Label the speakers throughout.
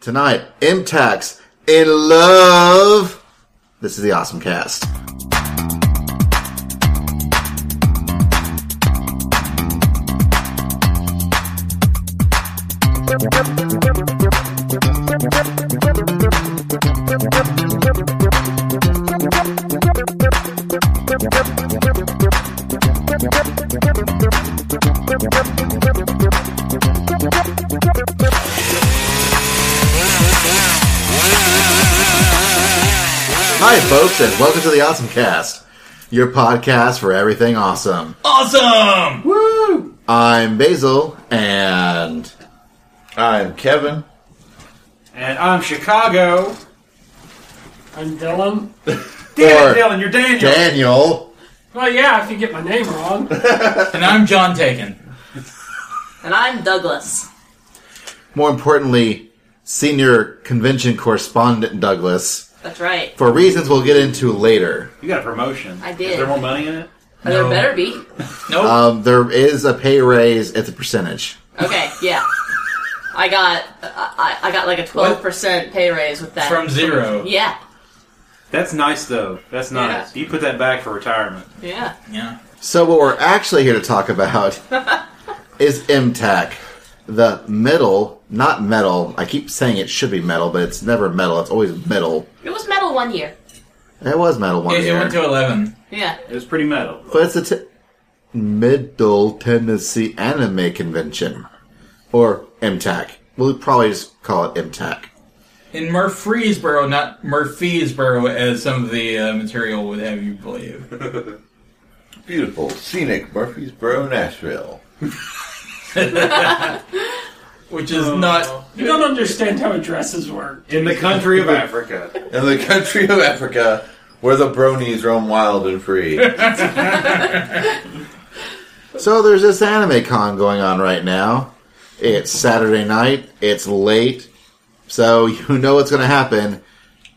Speaker 1: Tonight, MTAX in love. This is the Awesome Cast. Hi, folks, and welcome to the Awesome Cast, your podcast for everything awesome.
Speaker 2: Awesome!
Speaker 1: Woo! I'm Basil, and I'm Kevin.
Speaker 2: And I'm Chicago.
Speaker 3: I'm Dylan.
Speaker 2: Damn
Speaker 1: Or
Speaker 2: it, Dylan, you're Daniel.
Speaker 1: Daniel.
Speaker 3: Well, yeah, if you get my name wrong.
Speaker 2: And I'm John Taken.
Speaker 4: And I'm Douglas.
Speaker 1: More importantly, senior convention correspondent Douglas,
Speaker 4: That's right.
Speaker 1: for reasons we'll get into later.
Speaker 5: You got a promotion.
Speaker 4: I did.
Speaker 5: Is there more money in it?
Speaker 4: Or There better be.
Speaker 2: Nope.
Speaker 1: Um, there is a pay raise at the percentage.
Speaker 4: Okay, yeah. I got I, I I got like a twelve percent pay raise with that.
Speaker 2: From zero.
Speaker 4: yeah,
Speaker 5: That's nice though. That's nice. You put that back for retirement.
Speaker 4: yeah.
Speaker 2: yeah.
Speaker 1: So, what we're actually here to talk about is MTAC, the metal, not metal. I keep saying it should be metal, but it's never metal. It's always metal.
Speaker 4: It was metal one year.
Speaker 1: It was metal one
Speaker 2: It, it
Speaker 1: year.
Speaker 2: went to 11.
Speaker 4: Yeah.
Speaker 5: It was pretty metal.
Speaker 1: But it's a t- Middle Tennessee Anime Convention, or MTAC. We'll probably just call it MTAC.
Speaker 2: In Murfreesboro, not Murfreesboro, as some of the uh, material would have you believe.
Speaker 6: Beautiful, scenic Murfreesboro, Nashville.
Speaker 2: Which is
Speaker 6: Oh.
Speaker 2: not.
Speaker 3: You don't understand how addresses work.
Speaker 5: In the country of Africa.
Speaker 6: In the country of Africa, where the bronies roam wild and free.
Speaker 1: So there's this anime con going on right now. It's Saturday night. It's late. So you know what's going to happen.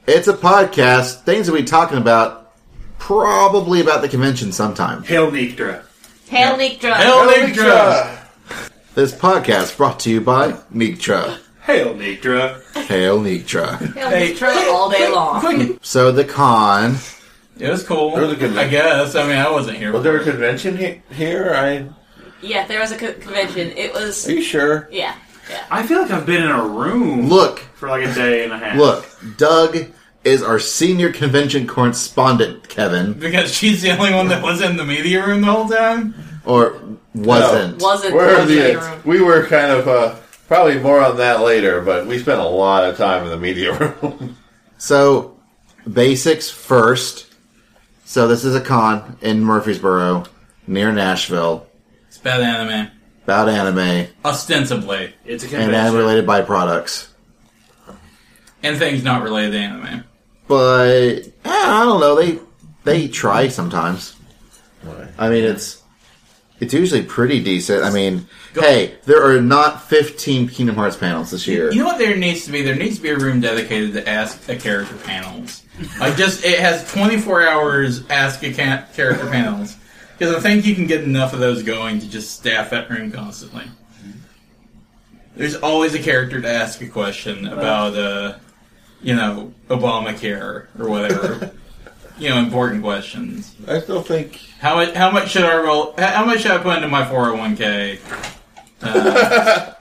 Speaker 1: It's a podcast. Things that we talking about probably about the convention sometime.
Speaker 5: Hail Niktra.
Speaker 4: Hail Nick Drug.
Speaker 2: Hail Nick Drug!
Speaker 6: Electra!
Speaker 1: This podcast brought to you by Nitra.
Speaker 5: Hail Niktra.
Speaker 1: Hail Nitra.
Speaker 4: Hail Nick Drug all day long.
Speaker 2: Quick.
Speaker 1: So the con
Speaker 2: It was cool.
Speaker 6: That was a good
Speaker 2: I
Speaker 6: night.
Speaker 2: guess. I mean, I wasn't here.
Speaker 6: Was there a convention he- here? I,
Speaker 4: Yeah, there was a co- convention. It was
Speaker 6: are you sure?
Speaker 4: yeah, yeah.
Speaker 5: I feel like I've been in a room
Speaker 1: look,
Speaker 5: for like a day and a half.
Speaker 1: look. Doug is our senior convention correspondent, Kevin,
Speaker 2: because she's the only one that was in the media room the whole time.
Speaker 1: or wasn't.
Speaker 4: Wasn't
Speaker 6: Where are
Speaker 4: wasn't in
Speaker 6: the,
Speaker 4: your room.
Speaker 6: we were kind of, uh, probably more on that later, but we spent a lot of time in the media room.
Speaker 1: So, basics first. So, this is a con in Murfreesboro, near Nashville,
Speaker 2: It's bad anime.
Speaker 1: about anime
Speaker 2: Ostensibly.
Speaker 5: It's a
Speaker 1: and
Speaker 5: convention.
Speaker 1: anime related byproducts.
Speaker 2: And things not related to anime.
Speaker 1: But, eh, I don't know, they they try sometimes. I mean, it's it's usually pretty decent. I mean,
Speaker 2: Go-
Speaker 1: hey, there are not 15 Kingdom Hearts panels this year.
Speaker 2: You know what there needs to be? There needs to be a room dedicated to ask a character panels. Like just it has 24 hours ask a ca- character panels because I think you can get enough of those going to just staff that room constantly. There's always a character to ask a question about, uh, you know, Obamacare or whatever. you know, important questions.
Speaker 6: I still think
Speaker 2: How much, how much should I roll? How much should I put into my 401k? Uh,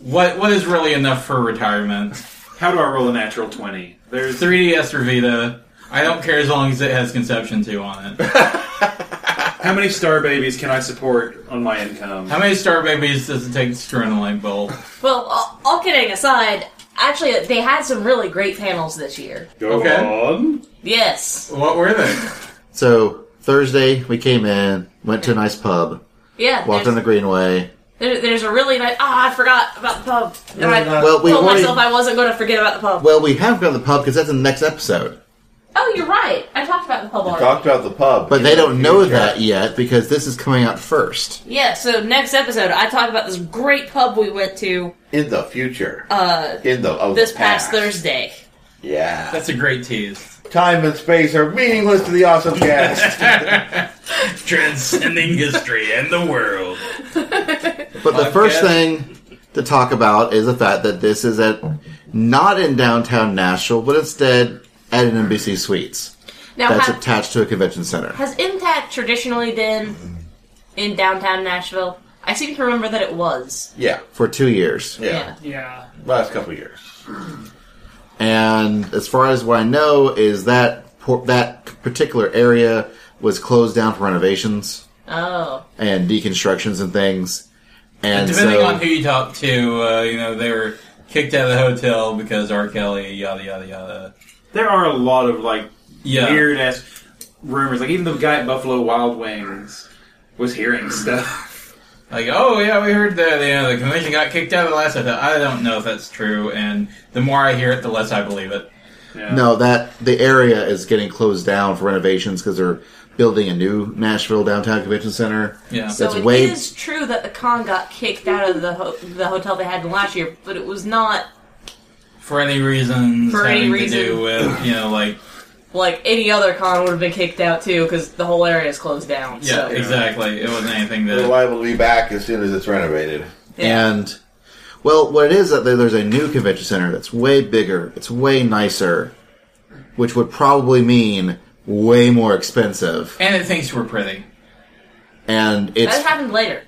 Speaker 2: what what is really enough for retirement?
Speaker 5: How do I roll a natural twenty? There's
Speaker 2: 3DS or Vita. I don't care as long as it has Conception 2 on it.
Speaker 5: how many star babies can I support on my income?
Speaker 2: How many Star Babies does it take to screw in a light bulb?
Speaker 4: Well, all, all kidding aside, actually, they had some really great panels this year.
Speaker 5: Go
Speaker 2: Okay.
Speaker 5: on.
Speaker 4: Yes.
Speaker 2: What were they?
Speaker 1: So, Thursday, we came in, went to a nice pub,
Speaker 4: Yeah.
Speaker 1: walked on
Speaker 4: there's-
Speaker 1: the Greenway.
Speaker 4: There, there's a really nice. Ah, I forgot about the pub. And I
Speaker 1: Well, we
Speaker 4: told
Speaker 1: already-
Speaker 4: myself I wasn't going to forget about the pub.
Speaker 1: Well, we have gone to the pub because that's in the next episode.
Speaker 4: Oh, you're right. I talked about the pub already.
Speaker 6: talked about the pub.
Speaker 1: But they don't know
Speaker 6: Future.
Speaker 1: that yet because this is coming out first.
Speaker 4: yeah. So next episode, I talked about this great pub we went to
Speaker 6: In the future. Uh, in the of
Speaker 4: this
Speaker 6: the
Speaker 4: past Thursday.
Speaker 6: Yeah.
Speaker 2: That's a great tease.
Speaker 6: Time and space are meaningless to the awesome cast.
Speaker 2: Transcending history and the world.
Speaker 1: But the first
Speaker 2: Podcast.
Speaker 1: thing to talk about is the fact that this is at not in downtown Nashville, but instead at an NBC Suites
Speaker 4: Now,
Speaker 1: that's
Speaker 4: ha-
Speaker 1: attached to a convention center.
Speaker 4: has Impact traditionally been in downtown Nashville? I seem to remember that it was.
Speaker 6: Yeah,
Speaker 1: For two years.
Speaker 6: yeah.
Speaker 3: Yeah.
Speaker 6: Last couple of years.
Speaker 1: And as far as what I know, is that por- that particular area was closed down for renovations
Speaker 4: Oh.
Speaker 1: and deconstructions and things. And
Speaker 2: Depending
Speaker 1: so,
Speaker 2: on who you talk to, uh, you know, they were kicked out of the hotel because R. Kelly, yada, yada, yada.
Speaker 5: There are a lot of like
Speaker 2: Yeah.
Speaker 5: weird ass rumors. Like even the guy at Buffalo Wild Wings was hearing stuff.
Speaker 2: Like, oh, yeah, we heard that you know, the convention got kicked out of the last hotel. I don't know if that's true, and the more I hear it, the less I believe it.
Speaker 5: Yeah.
Speaker 1: No, that the area is getting closed down for renovations because they're building a new Nashville downtown convention center.
Speaker 2: Yeah.
Speaker 4: So
Speaker 1: That's
Speaker 4: it is
Speaker 1: way-
Speaker 4: true that the con got kicked out of the ho- the hotel they had in last year, but it was not
Speaker 2: For any reasons
Speaker 4: For any
Speaker 2: having
Speaker 4: reason.
Speaker 2: to do with, you know, like,
Speaker 4: like any other con would have been kicked out too because the whole area is closed down.
Speaker 2: yeah,
Speaker 4: so.
Speaker 2: exactly. It wasn't anything
Speaker 6: They're
Speaker 2: that.
Speaker 6: liable to be back as soon as it's renovated.
Speaker 4: Yeah.
Speaker 1: And well, what it is that there- there's a new convention center that's way bigger, it's way nicer, which would probably mean way more expensive,
Speaker 2: And it thinks we're pretty.
Speaker 1: and it's
Speaker 4: that happened later.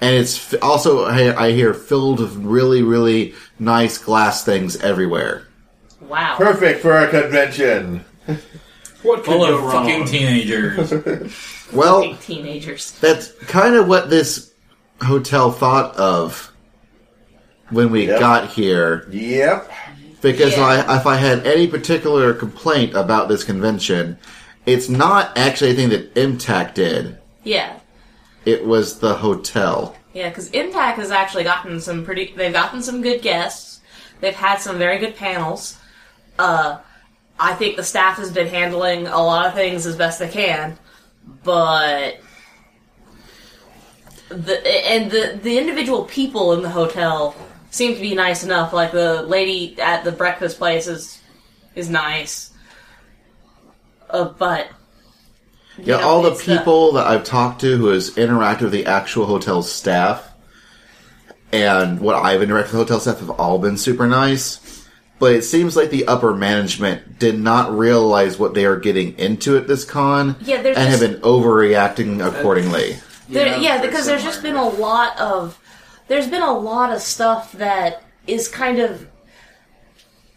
Speaker 1: and it's f- also I, I hear filled with really really nice glass things everywhere.
Speaker 4: Wow.
Speaker 6: Perfect for a convention.
Speaker 5: What could
Speaker 2: Full
Speaker 5: go
Speaker 2: of
Speaker 5: wrong?
Speaker 2: fucking teenagers.
Speaker 1: Well,
Speaker 4: Big teenagers.
Speaker 1: that's kind of what this hotel thought of when we
Speaker 6: Yep.
Speaker 1: got here.
Speaker 6: Yep.
Speaker 1: Because
Speaker 4: Yeah.
Speaker 1: I, if I had any particular complaint about this convention, it's not actually anything that Imtac did.
Speaker 4: Yeah.
Speaker 1: It was the hotel.
Speaker 4: Yeah, because Impact has actually gotten some pretty. They've gotten some good guests. They've had some very good panels. Uh, I think the staff has been handling a lot of things as best they can, but the and the the individual people in the hotel seem to be nice enough. Like the lady at the breakfast place is is nice, uh, but you
Speaker 1: Yeah,
Speaker 4: know,
Speaker 1: all the
Speaker 4: it's
Speaker 1: people that I've talked to who has interacted with the actual hotel staff and what I've interacted with hotel staff have all been super nice. But it seems like the upper management did not realize what they are getting into at this con
Speaker 4: Yeah,
Speaker 1: and
Speaker 4: they're
Speaker 1: have
Speaker 4: just-
Speaker 1: been overreacting accordingly.
Speaker 4: There,
Speaker 5: know,
Speaker 4: yeah,
Speaker 5: very
Speaker 4: because there's just been
Speaker 5: similar.
Speaker 4: a lot of there's been a lot of stuff that is kind of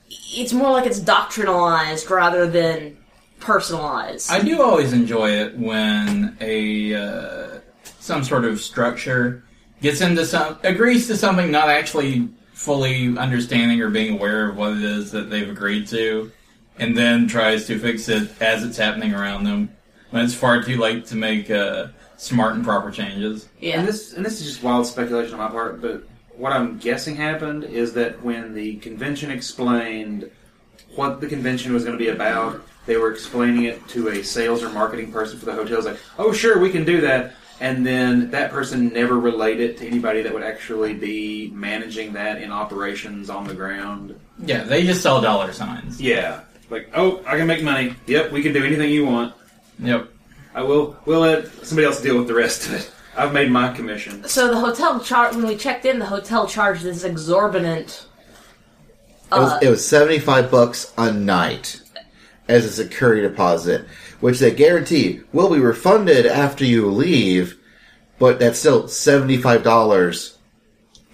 Speaker 4: it's more like it's doctrinalized rather than personalized.
Speaker 2: I do always enjoy it when a uh, some sort of structure gets into some agrees to something not actually fully understanding or being aware of what it is that they've agreed to, and then tries to fix it as it's happening around them when it's far too late to make uh, smart and proper changes.
Speaker 4: yeah,
Speaker 5: And this and this is just wild speculation on my part, but what I'm guessing happened is that when the convention explained what the convention was going to be about, they were explaining it to a sales or marketing person for the hotel. It's like, oh, sure, we can do that. And then that person never relayed it to anybody that would actually be managing that in operations on the ground.
Speaker 2: Yeah, they just sell dollar signs.
Speaker 5: Yeah. Like, oh, I can make money. Yep, we can do anything you want.
Speaker 2: Yep.
Speaker 5: I will. We'll let somebody else deal with the rest of it. I've made my commission.
Speaker 4: so the hotel char when we checked in, the hotel charged this exorbitant.
Speaker 1: It was,
Speaker 4: Uh,
Speaker 1: it was 75 bucks a night as a security deposit, which they guarantee will be refunded after you leave, but that's still $75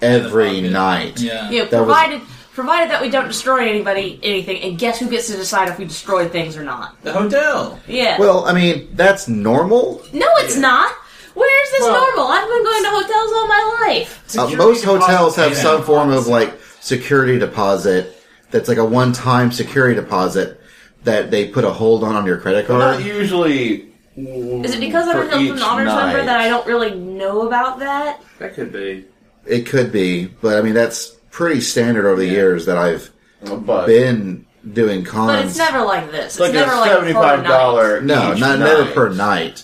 Speaker 1: every night.
Speaker 2: Yeah.
Speaker 4: you know,
Speaker 1: that was-
Speaker 4: provided provided that we don't destroy anybody anything, and guess who gets to decide if we destroy things or not?
Speaker 2: The hotel.
Speaker 4: Yeah.
Speaker 1: Well, I mean, that's normal. Uh,
Speaker 4: no, it's not. Where is this
Speaker 3: Well-
Speaker 4: normal? I've been going to hotels all my life.
Speaker 1: Uh,
Speaker 5: Security
Speaker 1: most hotels
Speaker 5: deposit
Speaker 1: have
Speaker 5: payment.
Speaker 1: some form of like security deposit that's like a one time security deposit that they put a hold on on your credit
Speaker 6: But not
Speaker 1: card.
Speaker 6: usually.
Speaker 4: Is it because I'm a Hilton Honors member that I don't really know about that?
Speaker 5: That could be.
Speaker 1: It could be, but I mean, that's pretty standard over the years that I've
Speaker 6: don't? But
Speaker 1: been doing cons.
Speaker 4: But it's never like this. It's,
Speaker 6: Um, it's like
Speaker 4: never
Speaker 6: a
Speaker 4: like
Speaker 6: seventy-five dollar.
Speaker 1: No, not never per night.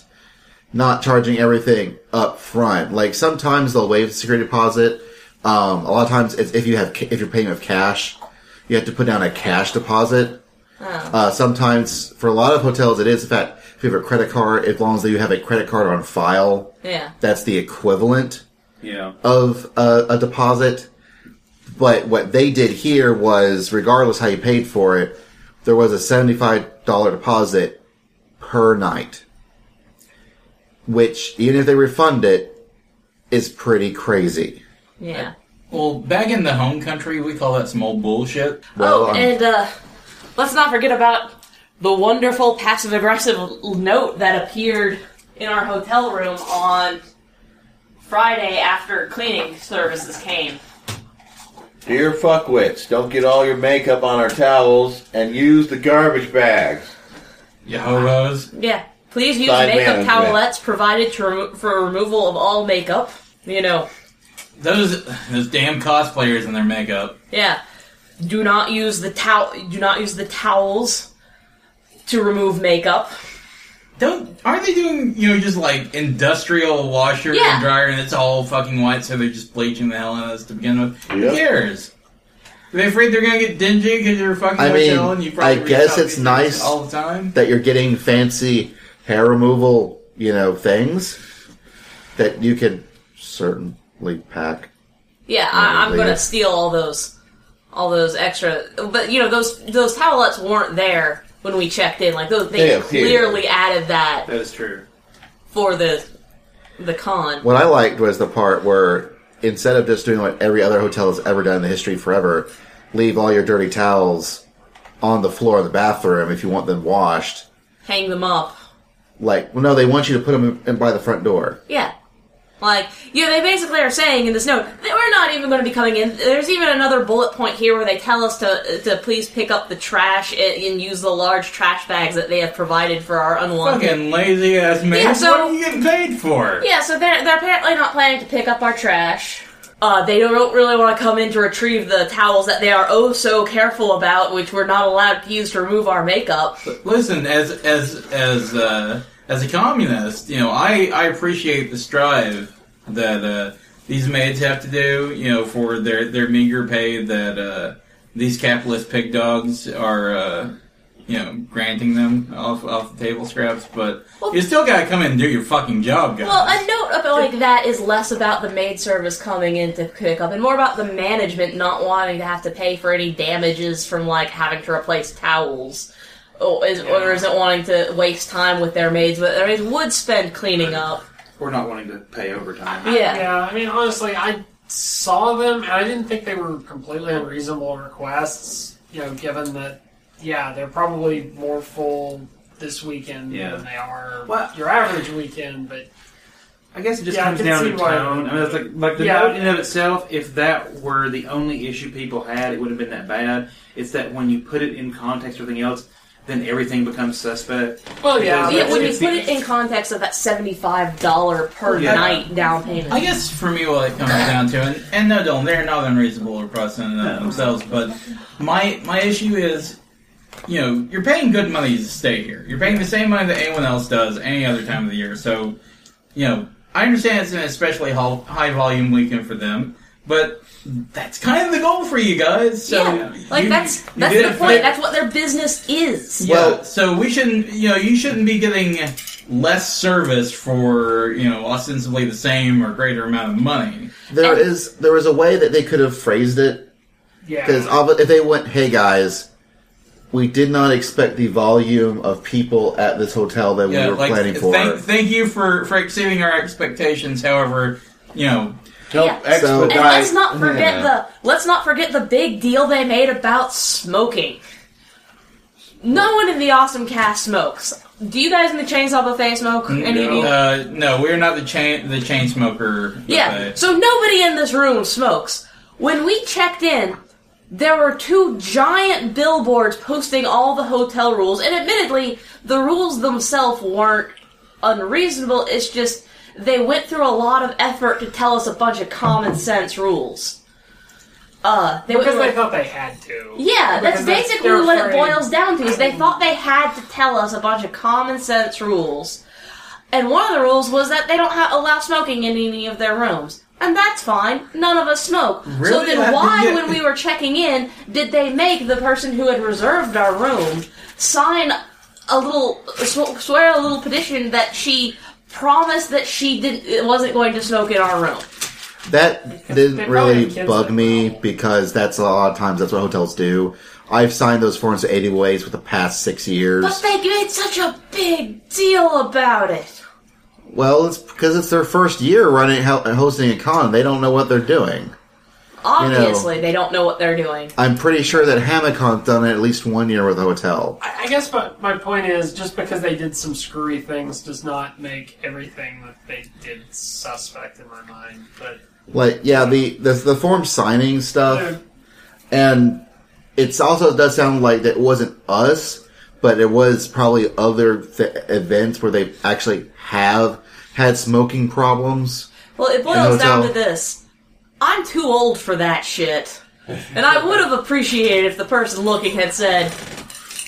Speaker 1: Not charging everything up front. Like sometimes they'll waive the security deposit. Um, a lot of times, it's if you have ca- if you're paying with cash, you have to put down a cash deposit.
Speaker 4: Oh.
Speaker 1: Uh, sometimes, for a lot of hotels, it is. In fact, if you have a credit card, as long as you have a credit card on file,
Speaker 4: Yeah.
Speaker 1: that's the equivalent
Speaker 5: Yeah.
Speaker 1: of a, a deposit. But what they did here was, regardless how you paid for it, there was a seventy-five dollar deposit per night, which even if they refund it, is pretty crazy.
Speaker 4: Yeah.
Speaker 2: Well, back in the home country, we call that some old bullshit.
Speaker 1: Well,
Speaker 6: um,
Speaker 4: oh,
Speaker 1: I'm-
Speaker 4: and uh, let's not forget about the wonderful passive aggressive note that appeared in our hotel room on Friday after cleaning services came.
Speaker 6: Dear fuckwits, don't get all your makeup on our towels and use the garbage bags.
Speaker 2: You hobos.
Speaker 4: Yeah. Please use
Speaker 6: Side
Speaker 4: makeup
Speaker 6: management.
Speaker 4: towelettes provided to remo- for removal of all makeup. You know,
Speaker 2: Those those damn cosplayers and their makeup.
Speaker 4: yeah. Do not use the towel. Do not use the towels to remove makeup.
Speaker 2: Don't aren't they doing you know just like industrial washer
Speaker 4: Yeah.
Speaker 2: and dryer and it's all fucking white so they're just bleaching the hell out of us to begin with? Who
Speaker 6: Yep.
Speaker 2: cares? Are they afraid they're gonna get dingy because you're a fucking
Speaker 1: I mean,
Speaker 2: hotel and you probably
Speaker 1: I
Speaker 2: reach
Speaker 1: guess
Speaker 2: out
Speaker 1: it's
Speaker 2: to these
Speaker 1: nice-
Speaker 2: things all the time.
Speaker 1: That you're getting fancy hair removal, you know, things that you can certainly pack.
Speaker 4: Mm, Yeah, I, I'm
Speaker 1: Probably.
Speaker 4: gonna steal all those, all those extra. But you know, those those towelettes weren't there when we checked in. Like those, they
Speaker 6: Yeah, yeah.
Speaker 4: clearly added that
Speaker 5: That is true.
Speaker 4: for the the con.
Speaker 1: What I liked was the part where instead of just doing what every other hotel has ever done in the history forever, leave all your dirty towels on the floor of the bathroom if you want them washed.
Speaker 4: Hang them up.
Speaker 1: Like, well, no, they want you to put them in by the front door.
Speaker 4: Yeah. Like, yeah, they basically are saying in this note that we're not even going to be coming in. There's even another bullet point here where they tell us to to please pick up the trash and, and use the large trash bags that they have provided for our unwanted
Speaker 2: Fucking lazy ass man.
Speaker 4: Yeah, so-
Speaker 2: what are you getting paid for?
Speaker 4: Yeah, so they're they're apparently not planning to pick up our trash. Uh, they don't really want to come in to retrieve the towels that they are oh so careful about, which we're not allowed to use to remove our makeup.
Speaker 2: Listen, as as as uh, as a communist, you know, I I appreciate the strive that uh, these maids have to do, you know, for their their meager pay that uh, these capitalist pig dogs are. Uh, you know, granting them off off the table scraps, but
Speaker 4: Well-
Speaker 2: you still gotta come in and do your fucking job, guys.
Speaker 4: Well, a note about like that is less about the maid service coming in to pick up, and more about the management not wanting to have to pay for any damages from like having to replace towels. Or, is, or isn't wanting to waste time with their maids, but their maids would spend cleaning up.
Speaker 5: We're not wanting to pay overtime.
Speaker 4: Yeah.
Speaker 3: Yeah, I mean, honestly, I saw them and I didn't think they were completely unreasonable requests, you know, given that, yeah, they're probably more full this weekend
Speaker 5: Yeah.
Speaker 3: than they are
Speaker 5: Well-
Speaker 3: your average weekend, but
Speaker 5: I guess it just
Speaker 3: Yeah, I
Speaker 5: comes
Speaker 3: can
Speaker 5: down to
Speaker 3: see why-
Speaker 5: tone. I mean, it's like, like the
Speaker 3: Yeah.
Speaker 5: note in and of itself, if that were the only issue people had, it wouldn't have been that bad. It's that when you put it in context with everything else, then everything becomes suspect.
Speaker 3: well, yeah,
Speaker 5: Because
Speaker 4: Yeah,
Speaker 5: it's-
Speaker 4: when you
Speaker 5: it's
Speaker 4: put
Speaker 5: the-
Speaker 4: it in context of that seventy-five dollar per
Speaker 5: Yeah.
Speaker 4: night down payment,
Speaker 2: I guess for me, what it comes down to, and, and no, Dylan, they're not unreasonable or pressing
Speaker 5: No.
Speaker 2: themselves, but my my issue is, you know, you're paying good money to stay here. You're paying the same money that anyone else does any other time of the year. So, you know, I understand it's an especially hol- high volume weekend for them, but that's kind of the goal for you guys. So,
Speaker 4: yeah, like
Speaker 2: you-
Speaker 4: that's
Speaker 2: you
Speaker 4: that's
Speaker 2: did
Speaker 4: the
Speaker 2: it
Speaker 4: point.
Speaker 2: for-
Speaker 4: That's what their business is.
Speaker 2: yeah,
Speaker 1: Well-
Speaker 2: so we shouldn't, you know, you shouldn't be getting less service for, you know, ostensibly the same or greater amount of money.
Speaker 1: There
Speaker 4: And-
Speaker 1: is there was a way that they could have phrased it
Speaker 3: yeah.
Speaker 1: Because if they went, hey guys, we did not expect the volume of people at this hotel that we were planning for.
Speaker 2: Thank, thank you for, for exceeding our expectations. However, you know,
Speaker 6: Help
Speaker 4: Yeah.
Speaker 1: So-
Speaker 6: expedite.
Speaker 4: And let's not forget
Speaker 6: Yeah.
Speaker 4: the let's not forget the big deal they made about smoking. No one in the awesome cast smokes. Do you guys in the chainsaw buffet smoke? Any of you?
Speaker 2: uh, no, we're not the chain the chain smoker.
Speaker 4: Yeah.
Speaker 2: buffet.
Speaker 4: So nobody in this room smokes. When we checked in, there were two giant billboards posting all the hotel rules, and admittedly, the rules themselves weren't unreasonable. It's just they went through a lot of effort to tell us a bunch of common sense rules. Uh, they went
Speaker 3: because
Speaker 4: through
Speaker 3: they
Speaker 4: a-
Speaker 3: thought they had to.
Speaker 4: yeah, that's
Speaker 3: Because they're-
Speaker 4: basically
Speaker 3: they're
Speaker 4: what it
Speaker 3: afraid.
Speaker 4: boils down to. Is they thought they had to tell us a bunch of common sense rules, and one of the rules was that they don't ha- allow smoking in any of their rooms, and that's fine. None of us smoke. so
Speaker 2: Really?
Speaker 4: then,
Speaker 2: That-
Speaker 4: why,
Speaker 2: yeah.
Speaker 4: when we were checking in, did they make the person who had reserved our room sign a little sw- swear a little petition that she promised that she didn't wasn't going to smoke in our room?
Speaker 1: That
Speaker 3: They
Speaker 1: didn't
Speaker 3: probably have
Speaker 1: really
Speaker 3: kids
Speaker 1: bug
Speaker 3: that
Speaker 1: me
Speaker 3: growl.
Speaker 1: because that's a lot of times that's what hotels do. I've signed those forms to 80 ways for the past six
Speaker 4: But
Speaker 1: years.
Speaker 4: they made such a big deal about it.
Speaker 1: Well, it's because it's their first year running hel- hosting a con. They don't know what they're doing.
Speaker 4: Obviously, they don't know what they're doing.
Speaker 1: I'm pretty sure that HamaCon's done it at least one year with a hotel.
Speaker 3: I, I guess my, my point is just because they did some screwy things does not make everything that they did suspect in my mind. But
Speaker 1: Like, yeah, the the, the form signing stuff.
Speaker 3: uh,
Speaker 1: And it's also it does sound like that it wasn't us, but it was probably other th- events where they actually have had smoking problems.
Speaker 4: Well, it
Speaker 1: In a
Speaker 4: boils down
Speaker 1: hotel.
Speaker 4: to this. I'm too old for that shit. And I would have appreciated if the person looking had said,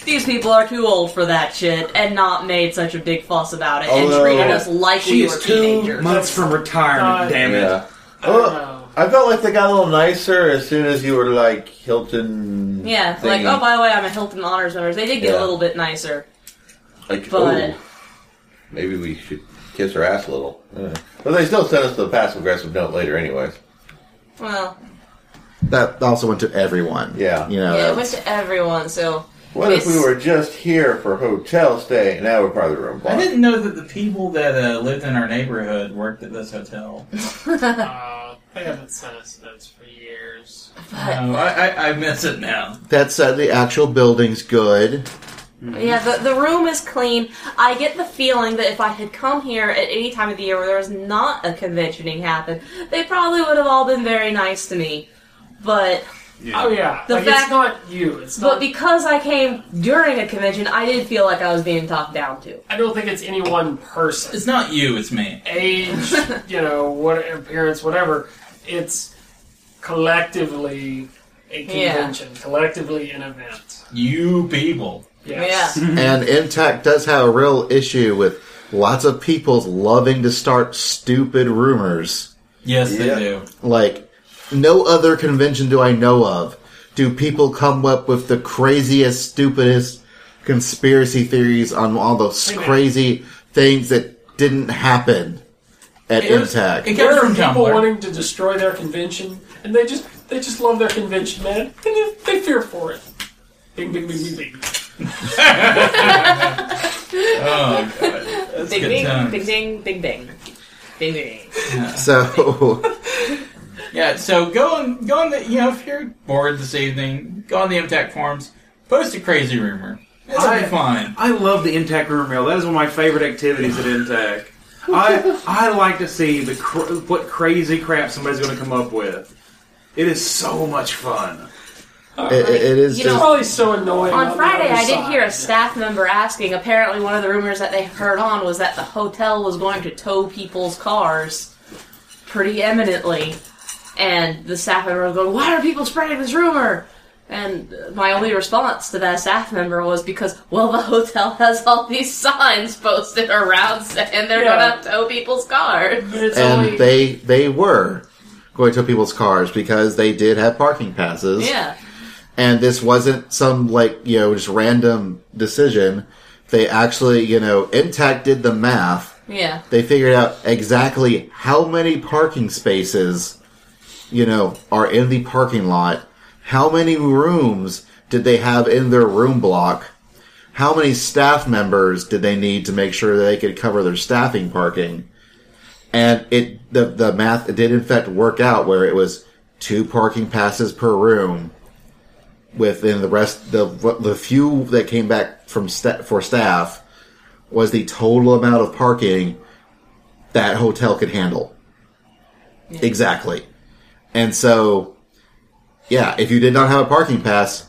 Speaker 4: these people are too old for that shit, and not made such a big fuss about it,
Speaker 6: Although,
Speaker 4: and treated us like
Speaker 5: She
Speaker 4: we were
Speaker 5: is two
Speaker 4: teenagers.
Speaker 5: months from retirement.
Speaker 3: Uh,
Speaker 5: damn it!
Speaker 6: Yeah.
Speaker 3: I don't
Speaker 6: Oh,
Speaker 3: know.
Speaker 6: I felt like they got a little nicer as soon as you were like Hilton.
Speaker 4: Yeah, like,
Speaker 6: thingy.
Speaker 4: oh, by the way, I'm a Hilton Honors member. They did get a
Speaker 6: Yeah.
Speaker 4: little bit nicer.
Speaker 6: Like,
Speaker 4: But-
Speaker 6: oh, maybe we should kiss her ass a little. Yeah. But they still sent us the passive aggressive note later, anyways.
Speaker 4: Well,
Speaker 1: That also went to everyone.
Speaker 6: Yeah.
Speaker 1: You know,
Speaker 4: yeah,
Speaker 1: that-
Speaker 4: it went to everyone, so.
Speaker 6: What if we
Speaker 4: It's-
Speaker 6: were just here for hotel stay? Now we're part of the room
Speaker 2: I
Speaker 6: block.
Speaker 2: didn't know that the people that uh, lived in our neighborhood worked at this hotel.
Speaker 3: Uh, they haven't sent us notes for years.
Speaker 2: No, I, I, I miss it now.
Speaker 1: that said, uh, the actual building's good.
Speaker 4: Yeah, the, the room is clean. I get the feeling that if I had come here at any time of the year where there was not a conventioning happen, they probably would have all been very nice to me. But
Speaker 3: Oh yeah,
Speaker 4: The
Speaker 3: like,
Speaker 4: fact-
Speaker 3: it's not you. It's
Speaker 4: but
Speaker 3: not.
Speaker 4: because I came during a convention, I did feel like I was being talked down to.
Speaker 3: I don't think it's any one person.
Speaker 2: It's not you, it's me.
Speaker 3: age, you know, what appearance, whatever. It's collectively a
Speaker 4: Yeah.
Speaker 3: convention, collectively an event.
Speaker 2: You people.
Speaker 3: Yes.
Speaker 4: Yeah.
Speaker 1: and Intact does have a real issue with lots of people loving to start stupid rumors.
Speaker 2: Yes,
Speaker 6: Yeah.
Speaker 2: they do.
Speaker 1: Like, no other convention do I know of do people come up with the craziest, stupidest conspiracy theories on all those
Speaker 3: Wait a minute.
Speaker 1: crazy things that didn't happen at
Speaker 2: It was-
Speaker 1: Intact.
Speaker 2: It comes
Speaker 3: There are
Speaker 2: from
Speaker 3: people
Speaker 2: Tumblr.
Speaker 3: wanting to destroy their convention, and they just they just love their convention, man, and they, they fear for it. Bing, bing, bing, bing, bing.
Speaker 2: Oh, God. That's
Speaker 4: Bing
Speaker 2: good
Speaker 4: bing,
Speaker 2: times.
Speaker 4: bing ding, bing bing. Bing bing.
Speaker 1: So
Speaker 2: Yeah, so go on, go on the, you know, if you're bored this evening, go on the MTech forums, post a crazy rumor. It'll
Speaker 5: I-
Speaker 2: be fine.
Speaker 5: I love the Intac room rail. That is one of my favorite activities at Intac. I I like to see the cr- what crazy crap somebody's going to come up with. It is so much fun.
Speaker 1: it, it it is
Speaker 4: You
Speaker 3: It's
Speaker 1: just
Speaker 4: know,
Speaker 3: probably so annoying.
Speaker 4: On
Speaker 3: the
Speaker 4: Friday,
Speaker 3: other
Speaker 4: I did
Speaker 3: side.
Speaker 4: hear a staff member asking. Apparently, one of the rumors that they heard on was that the hotel was going to tow people's cars pretty eminently. And the staff member was going, Why are people spreading this rumor? And my only response to that staff member was because, well, the hotel has all these signs posted around saying they're
Speaker 3: Yeah.
Speaker 4: going to tow people's cars.
Speaker 3: But it's only,
Speaker 1: and they they were going to people's cars because they did have parking passes.
Speaker 4: Yeah.
Speaker 1: And this wasn't some like, you know, just random decision. They actually, you know, Intact did the math.
Speaker 4: Yeah.
Speaker 1: They figured out exactly how many parking spaces, you know, are in the parking lot. How many rooms did they have in their room block? How many staff members did they need to make sure that they could cover their staffing parking? And it the the math it did in fact work out where it was two parking passes per room within the rest the the few that came back from sta- for staff was the total amount of parking that hotel could handle. Exactly. And so, yeah, if you did not have a parking pass,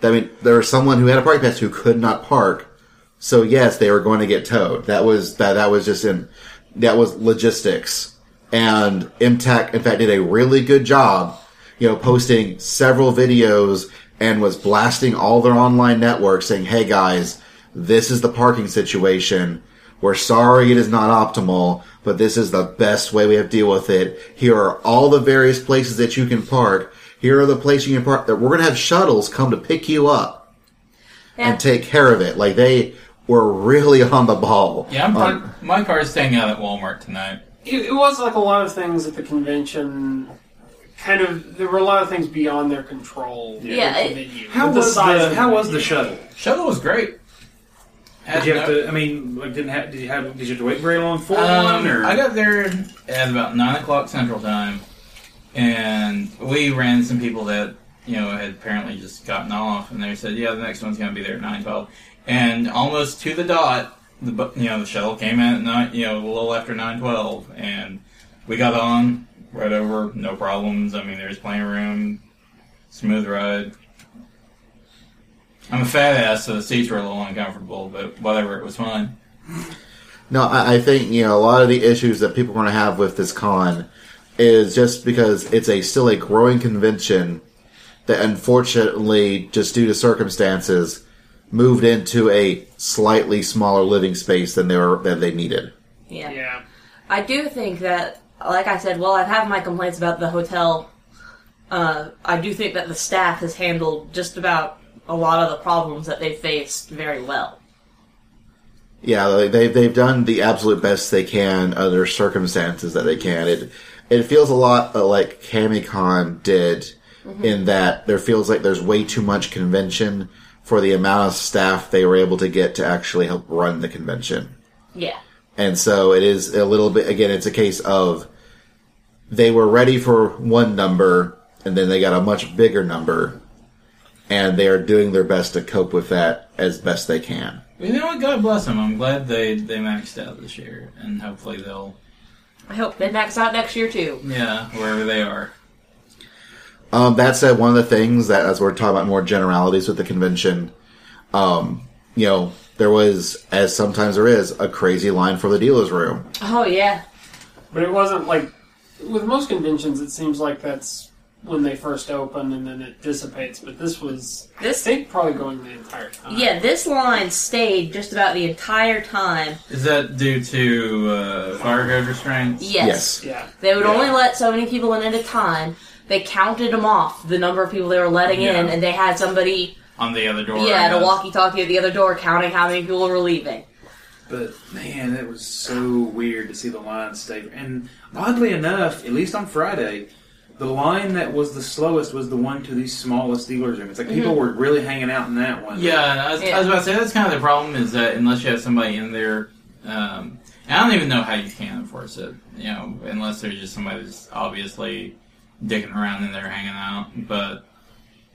Speaker 1: I mean, there was someone who had a parking pass who could not park. So yes, they were going to get towed. That was that. That was just in that was logistics. And MTech, in fact, did a really good job, you know, posting several videos and was blasting all their online networks saying, "Hey guys, this is the parking situation. We're sorry it is not optimal, but this is the best way we have to deal with it. Here are all the various places that you can park. Here are the places you can park. That we're going to have shuttles come to pick you up
Speaker 4: Yeah.
Speaker 1: and take care of it. Like they were really on the ball. Um,
Speaker 2: Yeah, I'm
Speaker 1: on,
Speaker 2: my car's staying out at Walmart tonight.
Speaker 3: it, it was like a lot of things at the convention. Kind of, there were a lot of things beyond their control.
Speaker 4: Yeah,
Speaker 3: with
Speaker 4: it-
Speaker 3: the venue,
Speaker 5: How
Speaker 3: with
Speaker 5: was
Speaker 3: size of
Speaker 5: the How was the
Speaker 3: venue.
Speaker 5: shuttle?
Speaker 2: Shuttle was great.
Speaker 5: Did you have
Speaker 2: no-
Speaker 5: to? I mean, like, didn't have? Did you have? Did you have to wait very long for
Speaker 2: Um,
Speaker 5: one? Or
Speaker 2: I got there at about nine o'clock Central Time, and we ran some people that you know had apparently just gotten off, and they said, "Yeah, the next one's going to be there at nine twelve. and almost to the dot, the bu- you know the shuttle came in at nine, you know, a little after nine twelve, and we got on right over, no problems. I mean, there's plenty of room, smooth ride. I'm a fat ass, so the seats were a little uncomfortable, but whatever, it was fun.
Speaker 1: No, I, I think you know a lot of the issues that people are going to have with this con is just because it's a still a growing convention that unfortunately, just due to circumstances, moved into a slightly smaller living space than they were than they needed.
Speaker 4: Yeah.
Speaker 3: Yeah.
Speaker 4: I do think that, like I said, well, I've had my complaints about the hotel. Uh, I do think that the staff has handled just about a lot of the problems that they faced very well.
Speaker 1: Yeah, like, they they've done the absolute best they can under circumstances that they can. It it feels a lot uh, like Con did in that there feels like there's way too much convention for the amount of staff they were able to get to actually help run the convention.
Speaker 4: Yeah.
Speaker 1: And so it is a little bit again it's a case of they were ready for one number and then they got a much bigger number and they are doing their best to cope with that as best they can.
Speaker 2: You know what? God bless them. I'm glad they they maxed out this year, and hopefully they'll
Speaker 4: I hope they max out next year too.
Speaker 2: yeah wherever they are.
Speaker 1: Um, that said, one of the things that as we're talking about more generalities with the convention, um, you know, there was, as sometimes there is, a crazy line for the dealer's room.
Speaker 4: Oh yeah.
Speaker 3: But it wasn't like with most conventions. It seems like that's when they first open and then it dissipates. But this was I
Speaker 4: This
Speaker 3: think probably going the entire time.
Speaker 4: yeah, this line stayed just about the entire time.
Speaker 2: Is that due to uh, fire code restraints?
Speaker 4: Yes.
Speaker 3: Yeah.
Speaker 4: They would
Speaker 2: Yeah.
Speaker 4: only let so many people in at a time. They counted them off, the number of people they were letting in,
Speaker 2: Yeah.
Speaker 4: and they had somebody,
Speaker 2: On the other door. I
Speaker 4: yeah, at
Speaker 2: guess.
Speaker 4: a walkie-talkie at the other door counting how many people were leaving.
Speaker 5: But man, it was so weird to see the line stay. And oddly enough, at least on Friday, the line that was the slowest was the one to the smallest dealer's room. It's like people were really hanging out in that one.
Speaker 2: Mm-hmm. Yeah, and I was, I was
Speaker 4: Yeah.
Speaker 2: about to say that's kind of the problem is that unless you have somebody in there, um, and I don't even know how you can enforce it. You know, unless there's just somebody that's obviously dicking around in there hanging out. But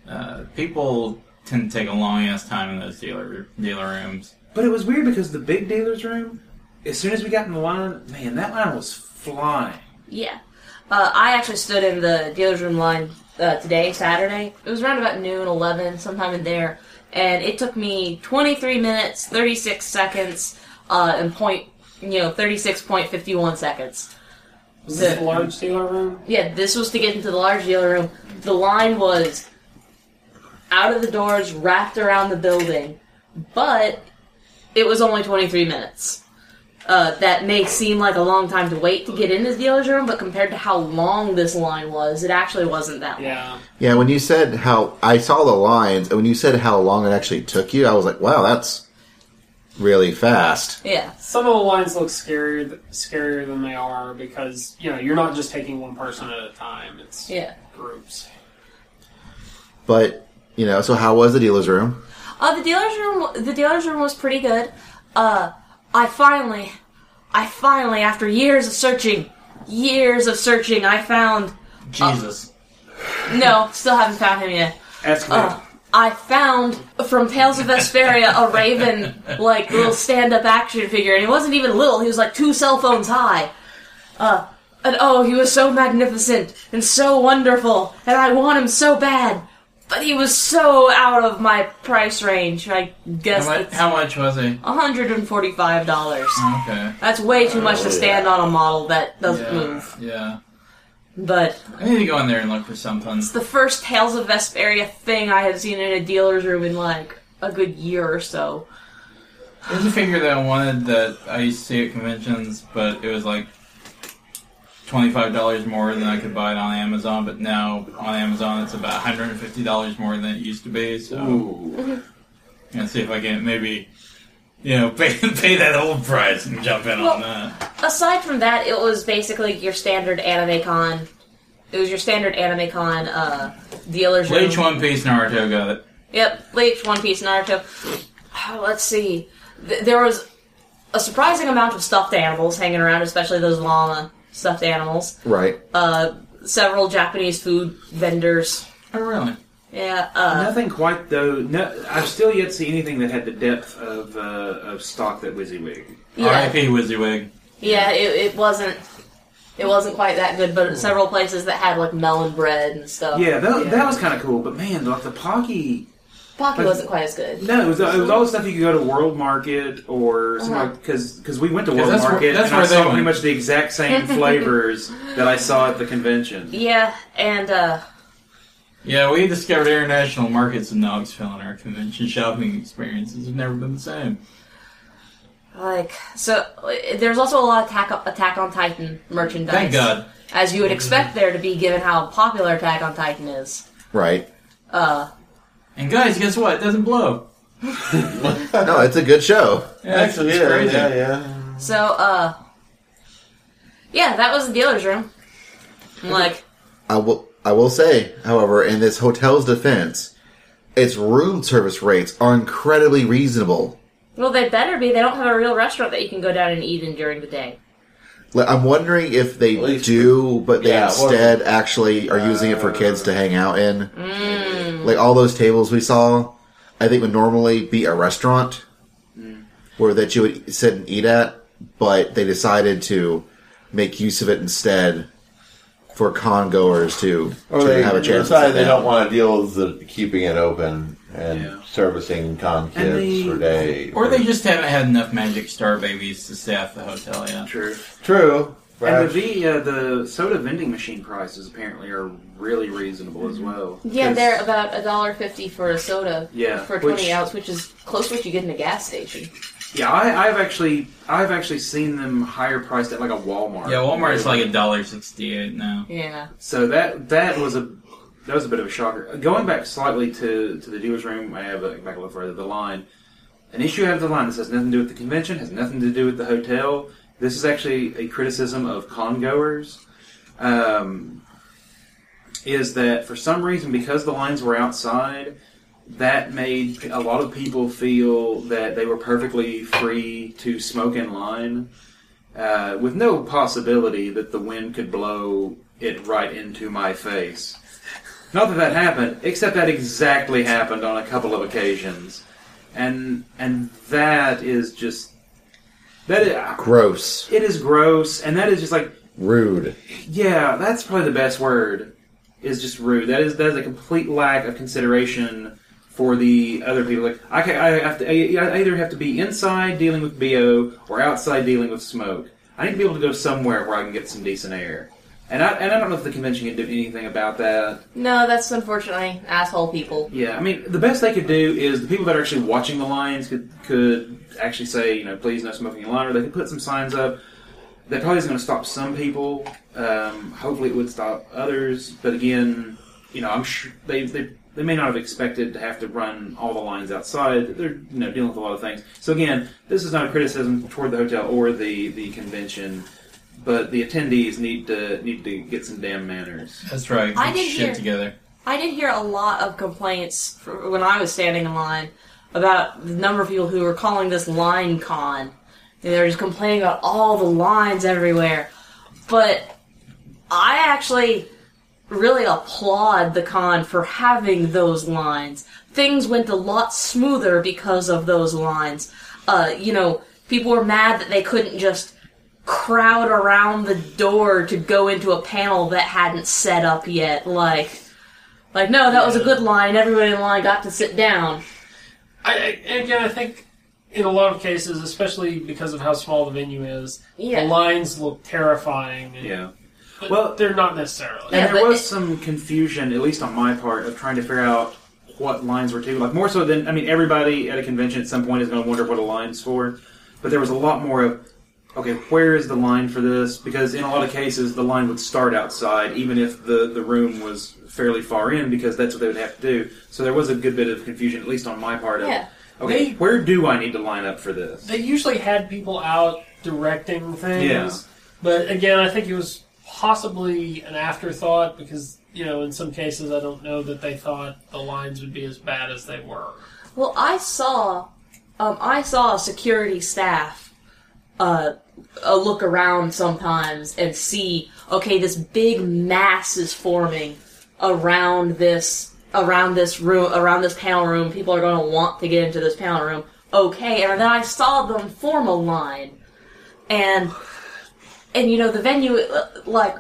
Speaker 2: uh, people tend to take a long ass time in those dealer dealer rooms.
Speaker 5: But it was weird because the big dealer's room, as soon as we got in the line, man, that line was flying.
Speaker 4: Yeah. Uh, I actually stood in the dealer's room line uh, today, Saturday. It was around about noon, 11, sometime in there. And it took me 23 minutes, 36 seconds, uh, and point, you know, 36.51 seconds.
Speaker 3: Was this
Speaker 4: The-
Speaker 3: a large dealer room?
Speaker 4: Yeah, this was to get into the large dealer room. The line was out of the doors, wrapped around the building, but it was only 23 minutes. Uh, that may seem like a long time to wait to get into the dealer's room, but compared to how long this line was, it actually wasn't that long.
Speaker 3: Yeah.
Speaker 1: Yeah, when you said how, I saw the lines, and when you said how long it actually took you, I was like, wow, that's really fast.
Speaker 4: Yeah.
Speaker 3: Some of the lines look scarier th- scarier than they are because you know you're not just taking one person at a time. It's
Speaker 4: Yeah.
Speaker 3: groups.
Speaker 1: But, you know, so how was the dealer's room?
Speaker 4: Uh, the dealer's room, the dealer's room was pretty good. Uh, I finally, I finally, after years of searching, years of searching, I found.
Speaker 2: Jesus.
Speaker 4: No, still haven't found him yet.
Speaker 5: Ask me.
Speaker 2: Ah.
Speaker 4: Uh, I found from Tales of Vesperia a raven like little stand up action figure, and he wasn't even little, he was like two cell phones high. Uh and oh he was so magnificent and so wonderful, and I want him so bad. But he was so out of my price range. I guess
Speaker 2: How much,
Speaker 4: it's
Speaker 2: how much was he?
Speaker 4: $145.
Speaker 2: Okay.
Speaker 4: That's way too much to
Speaker 6: Oh, yeah.
Speaker 4: stand on a model that doesn't
Speaker 2: yeah,
Speaker 4: move.
Speaker 2: Yeah.
Speaker 4: But
Speaker 2: I need to go in there and look for something.
Speaker 4: it's the first Tales of Vesperia thing I have seen in a dealer's room in like a good year or so.
Speaker 2: There's a figure that I wanted that I used to see at conventions, but it was like twenty-five dollars more than I could buy it on Amazon. But now on Amazon, it's about one hundred and fifty dollars more than it used to be. So
Speaker 5: Ooh.
Speaker 2: I'm gonna see if I can maybe, you know, pay pay that old price and jump in
Speaker 4: Well-
Speaker 2: on that.
Speaker 4: aside from that, it was basically your standard anime con. It was your standard anime con uh, dealers. room.
Speaker 2: Bleach, One Piece, Naruto got it.
Speaker 4: Yep, Bleach, One Piece, Naruto. Oh, let's see. Th- there was a surprising amount of stuffed animals hanging around, especially those llama stuffed animals.
Speaker 1: Right.
Speaker 4: Uh, several Japanese food vendors.
Speaker 2: Oh, really?
Speaker 4: Yeah. Uh,
Speaker 5: Nothing quite though. No, I've still yet to see anything that had the depth of uh, of stock that WYSIWYG.
Speaker 4: yeah.
Speaker 2: R.I.P. WYSIWYG.
Speaker 4: Yeah. It, it wasn't. It wasn't quite that good, but several places that had like melon bread and stuff.
Speaker 5: Yeah, that,
Speaker 4: Yeah.
Speaker 5: that was kind of cool. But man, like the Pocky.
Speaker 4: Pocky wasn't quite as good.
Speaker 5: No, it was, it was all the stuff you could go to World Market or
Speaker 4: Uh-huh.
Speaker 5: something because because we went to
Speaker 2: 'Cause
Speaker 5: World
Speaker 2: that's where-
Speaker 5: Market
Speaker 2: that's
Speaker 5: and I
Speaker 2: where they
Speaker 5: saw
Speaker 2: went.
Speaker 5: pretty much the exact same flavors that I saw at the convention.
Speaker 4: Yeah, and uh,
Speaker 2: Yeah, we discovered international markets in Knoxville, and our convention shopping experiences have never been the same.
Speaker 4: like so, uh, there's also a lot of Attack, Attack on Titan merchandise.
Speaker 2: Thank God.
Speaker 4: as you would expect there to be, given how popular Attack on Titan is.
Speaker 1: Right.
Speaker 4: Uh,
Speaker 2: And guys, guess what? It doesn't blow.
Speaker 1: No, it's a good show.
Speaker 2: It actually, it's
Speaker 6: yeah,
Speaker 2: crazy.
Speaker 6: yeah, yeah.
Speaker 4: so, uh, yeah, that was the dealer's room. I'm like,
Speaker 1: I will. I will say, however, in this hotel's defense, its room service rates are incredibly reasonable.
Speaker 4: well, they better be. They don't have a real restaurant that you can go down and eat in during the day.
Speaker 1: Like, I'm wondering if they
Speaker 6: At least-
Speaker 1: do, but they
Speaker 6: Yeah, Uh. it wasn't-
Speaker 1: instead actually are using it for kids to hang out in.
Speaker 6: Mm.
Speaker 1: Like all those tables we saw, I think would normally be a restaurant
Speaker 6: Mm.
Speaker 1: where that you would sit and eat at, but they decided to make use of it instead for con goers to,
Speaker 6: Or
Speaker 1: to
Speaker 6: they
Speaker 1: have a chance. to
Speaker 6: decide
Speaker 1: sit
Speaker 6: they
Speaker 1: down.
Speaker 6: don't want to deal with the, keeping it open and
Speaker 5: Yeah.
Speaker 6: servicing con kids
Speaker 5: they-
Speaker 6: for days.
Speaker 2: Or they just haven't had enough Magic Star babies to staff the hotel yet.
Speaker 5: True.
Speaker 6: true.
Speaker 5: And the
Speaker 6: perhaps.
Speaker 5: v, uh, the soda vending machine prices apparently are really reasonable as well.
Speaker 4: Mm-hmm. Yeah,
Speaker 5: 'Cause-
Speaker 4: they're about a dollar fifty for a soda.
Speaker 5: Yeah,
Speaker 4: for a
Speaker 5: which-
Speaker 4: twenty ounce, which is close to what you get in a gas station.
Speaker 5: Yeah, I, I've actually I've actually seen them higher priced at like a Walmart.
Speaker 2: Yeah, Walmart's like a dollar sixty-eight now.
Speaker 4: Yeah.
Speaker 5: So that that was a that was a bit of a shocker. Going back slightly to to the dealer's room, I have a, back a little further. The line, an issue out of the line. This has nothing to do with the convention. Has nothing to do with the hotel. This is actually a criticism of congoers. Um, is that for some reason because the lines were outside, that made a lot of people feel that they were perfectly free to smoke in line, uh, with no possibility that the wind could blow it right into my face. Not that that happened, except that exactly happened on a couple of occasions, and and that is just that uh, is,
Speaker 1: Gross,
Speaker 5: it is gross, and that is just like
Speaker 1: rude.
Speaker 5: yeah, that's probably the best word. Is just rude. That is that is a complete lack of consideration for the other people. Like I, ca- I have to, I, I either have to be inside dealing with bo or outside dealing with smoke. I need to be able to go somewhere where I can get some decent air. And I and I don't know if the convention can do anything about that.
Speaker 4: No, that's unfortunately asshole people.
Speaker 5: Yeah, I mean the best they could do is the people that are actually watching the lines could could actually say you know please no smoking in line or they could put some signs up. That probably is going to stop some people. Um, hopefully, it would stop others. But again, you know, I'm sure they, they they may not have expected to have to run all the lines outside. They're you know dealing with a lot of things. So again, this is not a criticism toward the hotel or the the convention. But the attendees need to need to get some damn manners.
Speaker 2: That's right.
Speaker 4: I
Speaker 2: Get
Speaker 4: did
Speaker 2: shit
Speaker 4: hear-
Speaker 2: together.
Speaker 4: I did hear a lot of complaints for when I was standing in line about the number of people who were calling this line con. And they were just complaining about all the lines everywhere. But I actually really applaud the con for having those lines. Things went a lot smoother because of those lines. Uh, you know, people were mad that they couldn't just crowd around the door to go into a panel that hadn't set up yet. Like, like no, that was a good line. Everybody in line got to sit down.
Speaker 3: I, I, and again, I think in a lot of cases, especially because of how small the venue is,
Speaker 4: Yeah.
Speaker 3: the lines look terrifying. And,
Speaker 5: Yeah.
Speaker 3: but
Speaker 5: Well-
Speaker 3: they're not necessarily.
Speaker 4: Yeah,
Speaker 5: And there
Speaker 4: but
Speaker 5: was
Speaker 4: it-
Speaker 5: some confusion, at least on my part, of trying to figure out what lines were taken. Like more so than I mean, everybody at a convention at some point is going to wonder what a line's for. But there was a lot more of, okay, where is the line for this? Because in a lot of cases, the line would start outside, even if the the room was fairly far in, because that's what they would have to do. So there was a good bit of confusion, at least on my part. Of,
Speaker 4: Yeah.
Speaker 5: Okay,
Speaker 3: They-
Speaker 5: where do I need to line up for this?
Speaker 3: They usually had people out directing things.
Speaker 5: Yeah.
Speaker 3: But again, I think it was possibly an afterthought because, you know, in some cases I don't know that they thought the lines would be as bad as they were.
Speaker 4: Well, I saw, um, I saw security staff, uh, uh, look around sometimes and see, okay, this big mass is forming around this, around this room, around this panel room. People are going to want to get into this panel room. Okay, and then I saw them form a line, and and you know the venue, uh, like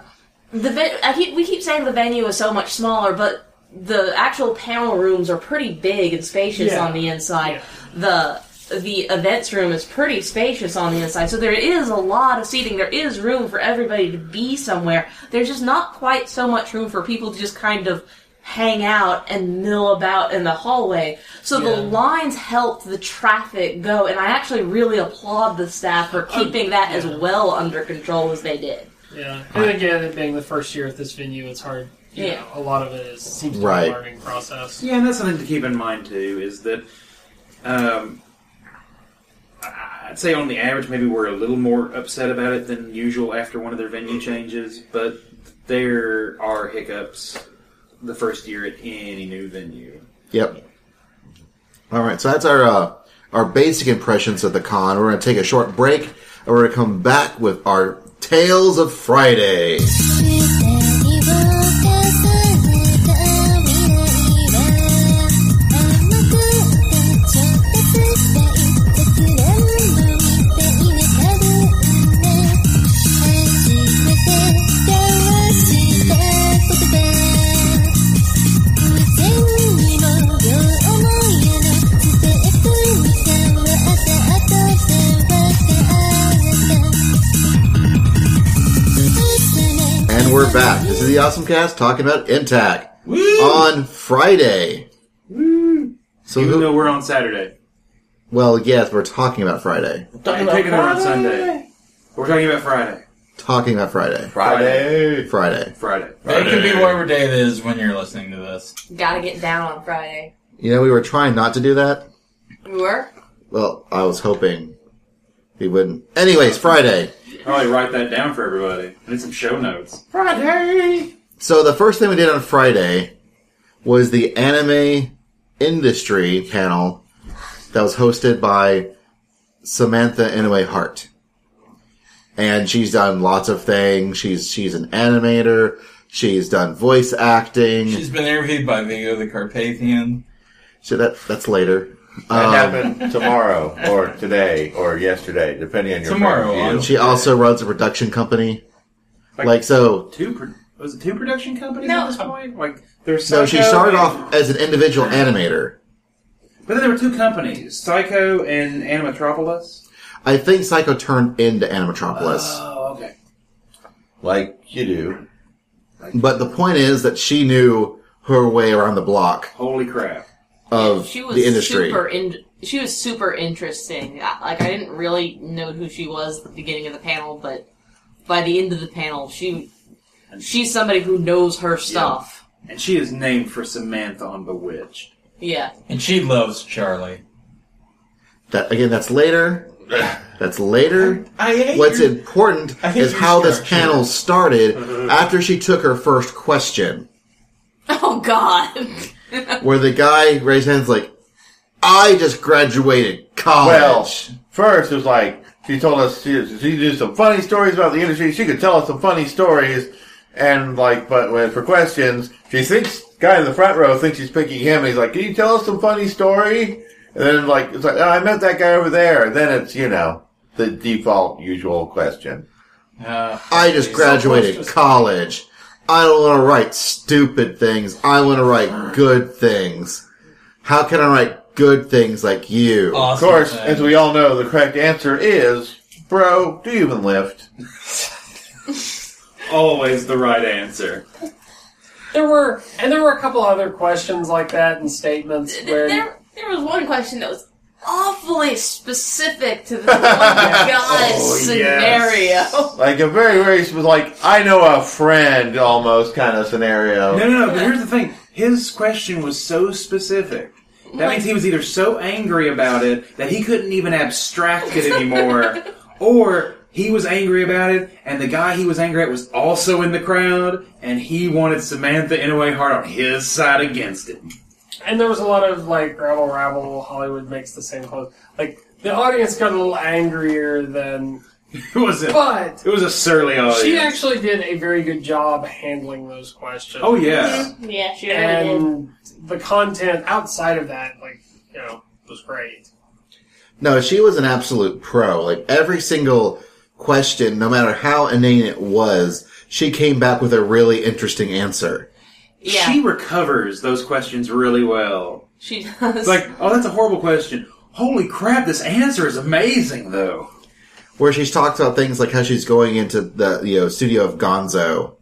Speaker 4: the ve- I keep, we keep saying the venue is so much smaller, but the actual panel rooms are pretty big and spacious
Speaker 3: Yeah.
Speaker 4: on the inside. The the events room is pretty spacious on the inside, so there is a lot of seating. There is room for everybody to be somewhere. There's just not quite so much room for people to just kind of hang out and mill about in the hallway. So the
Speaker 3: Yeah.
Speaker 4: lines helped the traffic go, and I actually really applaud the staff for keeping that as
Speaker 3: Um, yeah.
Speaker 4: well under control as they did.
Speaker 3: Yeah. And again, it being the first year at this venue, it's hard. You
Speaker 4: Yeah.
Speaker 3: know, a lot of it is seems to
Speaker 1: Right.
Speaker 3: be a learning process.
Speaker 5: Yeah, and that's something to keep in mind too is that um, I'd say on the average maybe we're a little more upset about it than usual after one of their venue changes, but there are hiccups the first year at any new venue.
Speaker 1: Yep. All right, so that's our uh, our basic impressions of the con. We're going to take a short break, and we're going to come back with our tales of Friday. And we're back. This is the Awesome Cast talking about Intac on Friday. So,
Speaker 5: Even
Speaker 1: who,
Speaker 5: though we're on Saturday.
Speaker 1: well, yes, we're talking about Friday.
Speaker 5: I'm taking it on Sunday. We're talking about Friday.
Speaker 1: Talking about Friday.
Speaker 6: Friday.
Speaker 1: Friday.
Speaker 5: Friday.
Speaker 2: It could be whatever day it is when you're listening to this.
Speaker 4: Gotta get down on Friday.
Speaker 1: You know, we were trying not to do that.
Speaker 4: We were?
Speaker 1: Well, I was hoping we wouldn't. Anyways, Friday.
Speaker 5: Probably write that down for everybody. I need some show notes.
Speaker 1: So the first thing we did on Friday was the anime industry panel that was hosted by Samantha Inouye Hart. And she's done lots of things. She's she's an animator. She's done voice acting.
Speaker 2: She's been interviewed by Vigo the Carpathian.
Speaker 1: so that that's later.
Speaker 6: That
Speaker 1: Um,
Speaker 6: happened tomorrow or today or yesterday, depending on your
Speaker 2: Tomorrow
Speaker 6: point of
Speaker 2: on
Speaker 6: view.
Speaker 1: she also runs a production company.
Speaker 5: Like-
Speaker 1: Like so,
Speaker 5: Two pro- was it two production companies
Speaker 4: No.
Speaker 5: at this point? Like there's
Speaker 1: so she
Speaker 5: Psycho
Speaker 1: started
Speaker 5: and-
Speaker 1: off as an individual animator.
Speaker 5: But then there were two companies, Psycho and Animatropolis.
Speaker 1: I think Psycho turned into Animatropolis.
Speaker 5: Oh, okay.
Speaker 6: Like you do.
Speaker 1: But the point is that she knew her way around the block
Speaker 5: Holy crap.
Speaker 1: of
Speaker 4: she was
Speaker 1: the industry.
Speaker 4: super in- she was super interesting. I- Like I didn't really know who she was at the beginning of the panel, but by the end of the panel, she she's somebody who knows her stuff.
Speaker 5: And she is named for Samantha on Bewitched.
Speaker 4: Yeah.
Speaker 2: And she loves Charlie.
Speaker 1: That again, that's later. That's later.
Speaker 2: I hate
Speaker 1: What's
Speaker 2: your-
Speaker 1: important
Speaker 2: I hate
Speaker 1: is
Speaker 2: your
Speaker 1: how this
Speaker 2: structure.
Speaker 1: panel started after she took her first question,
Speaker 4: Oh God.
Speaker 1: where the guy raised hands like, "I just graduated
Speaker 6: Well,
Speaker 1: college."
Speaker 6: first it was like she told us she, she did some funny stories about the industry. She could tell us some funny stories, and like, but when, for questions, she thinks guy in the front row thinks she's picking him, and he's like, "Can you tell us some funny story?" And then like, it's like, oh, "I met that guy over there." And then it's you know the default usual question.
Speaker 2: Uh,
Speaker 1: I just graduated college. I don't want to write stupid things. I want to write good things. How can I write good things like you?
Speaker 2: Oh,
Speaker 6: Of course, as we all know, the correct answer is, "Bro, do you even lift?"
Speaker 5: Always the right answer.
Speaker 3: There were and there were a couple other questions like that and statements where
Speaker 4: there there was one question that was awfully specific to the one guy's
Speaker 5: Oh, yes.
Speaker 4: scenario.
Speaker 6: Like a very, very sp- like I know a friend almost kind of scenario.
Speaker 5: No, no, no, but here's the thing. His question was so specific. That means he was either so angry about it that he couldn't even abstract it anymore, Or he was angry about it, and the guy he was angry at was also in the crowd, and he wanted Samantha in a way hard on his side against it.
Speaker 3: And there was a lot of like gravel rabble. Hollywood makes the same clothes. Like the audience got a little angrier than,
Speaker 5: It was a,
Speaker 3: but
Speaker 5: it was a surly audience.
Speaker 3: she actually did a very good job handling those questions.
Speaker 5: oh yeah,
Speaker 4: Yeah, she really
Speaker 3: and the content outside of that, like you know, was great.
Speaker 1: No, she was an absolute pro. Like every single question, no matter how inane it was, she came back with a really interesting answer.
Speaker 4: did. Yeah,
Speaker 5: she
Speaker 4: she,
Speaker 5: recovers those questions really well.
Speaker 4: does.
Speaker 5: It's like, oh, that's a horrible question. Holy crap, this answer is amazing though.
Speaker 1: Where she's talked about things like how she's going into the you know studio of Gonzo,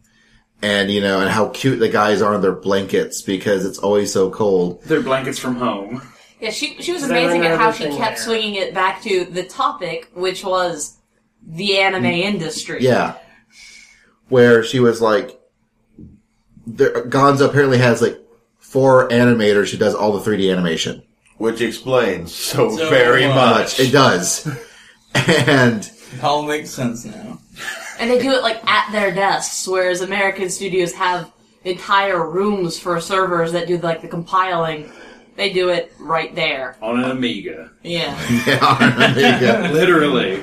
Speaker 1: and you know, and how cute the guys are in their blankets because it's always so cold.
Speaker 5: They're blankets from home.
Speaker 4: Yeah, she she was
Speaker 3: They
Speaker 4: amazing
Speaker 3: were
Speaker 4: at how she
Speaker 3: everything
Speaker 4: kept
Speaker 3: there.
Speaker 4: swinging it back to the topic, which was the anime industry.
Speaker 1: Yeah, where she was like, there, Gonzo apparently has like four animators. She does all the 3D animation.
Speaker 6: Which explains so,
Speaker 2: So
Speaker 6: very much.
Speaker 2: much.
Speaker 1: It does, and.
Speaker 2: It all makes sense now.
Speaker 4: and they do it like at their desks, whereas American studios have entire rooms for servers that do like the compiling. They do it right there.
Speaker 5: On an Amiga.
Speaker 4: Yeah,
Speaker 1: Yeah, there you go.
Speaker 5: Literally.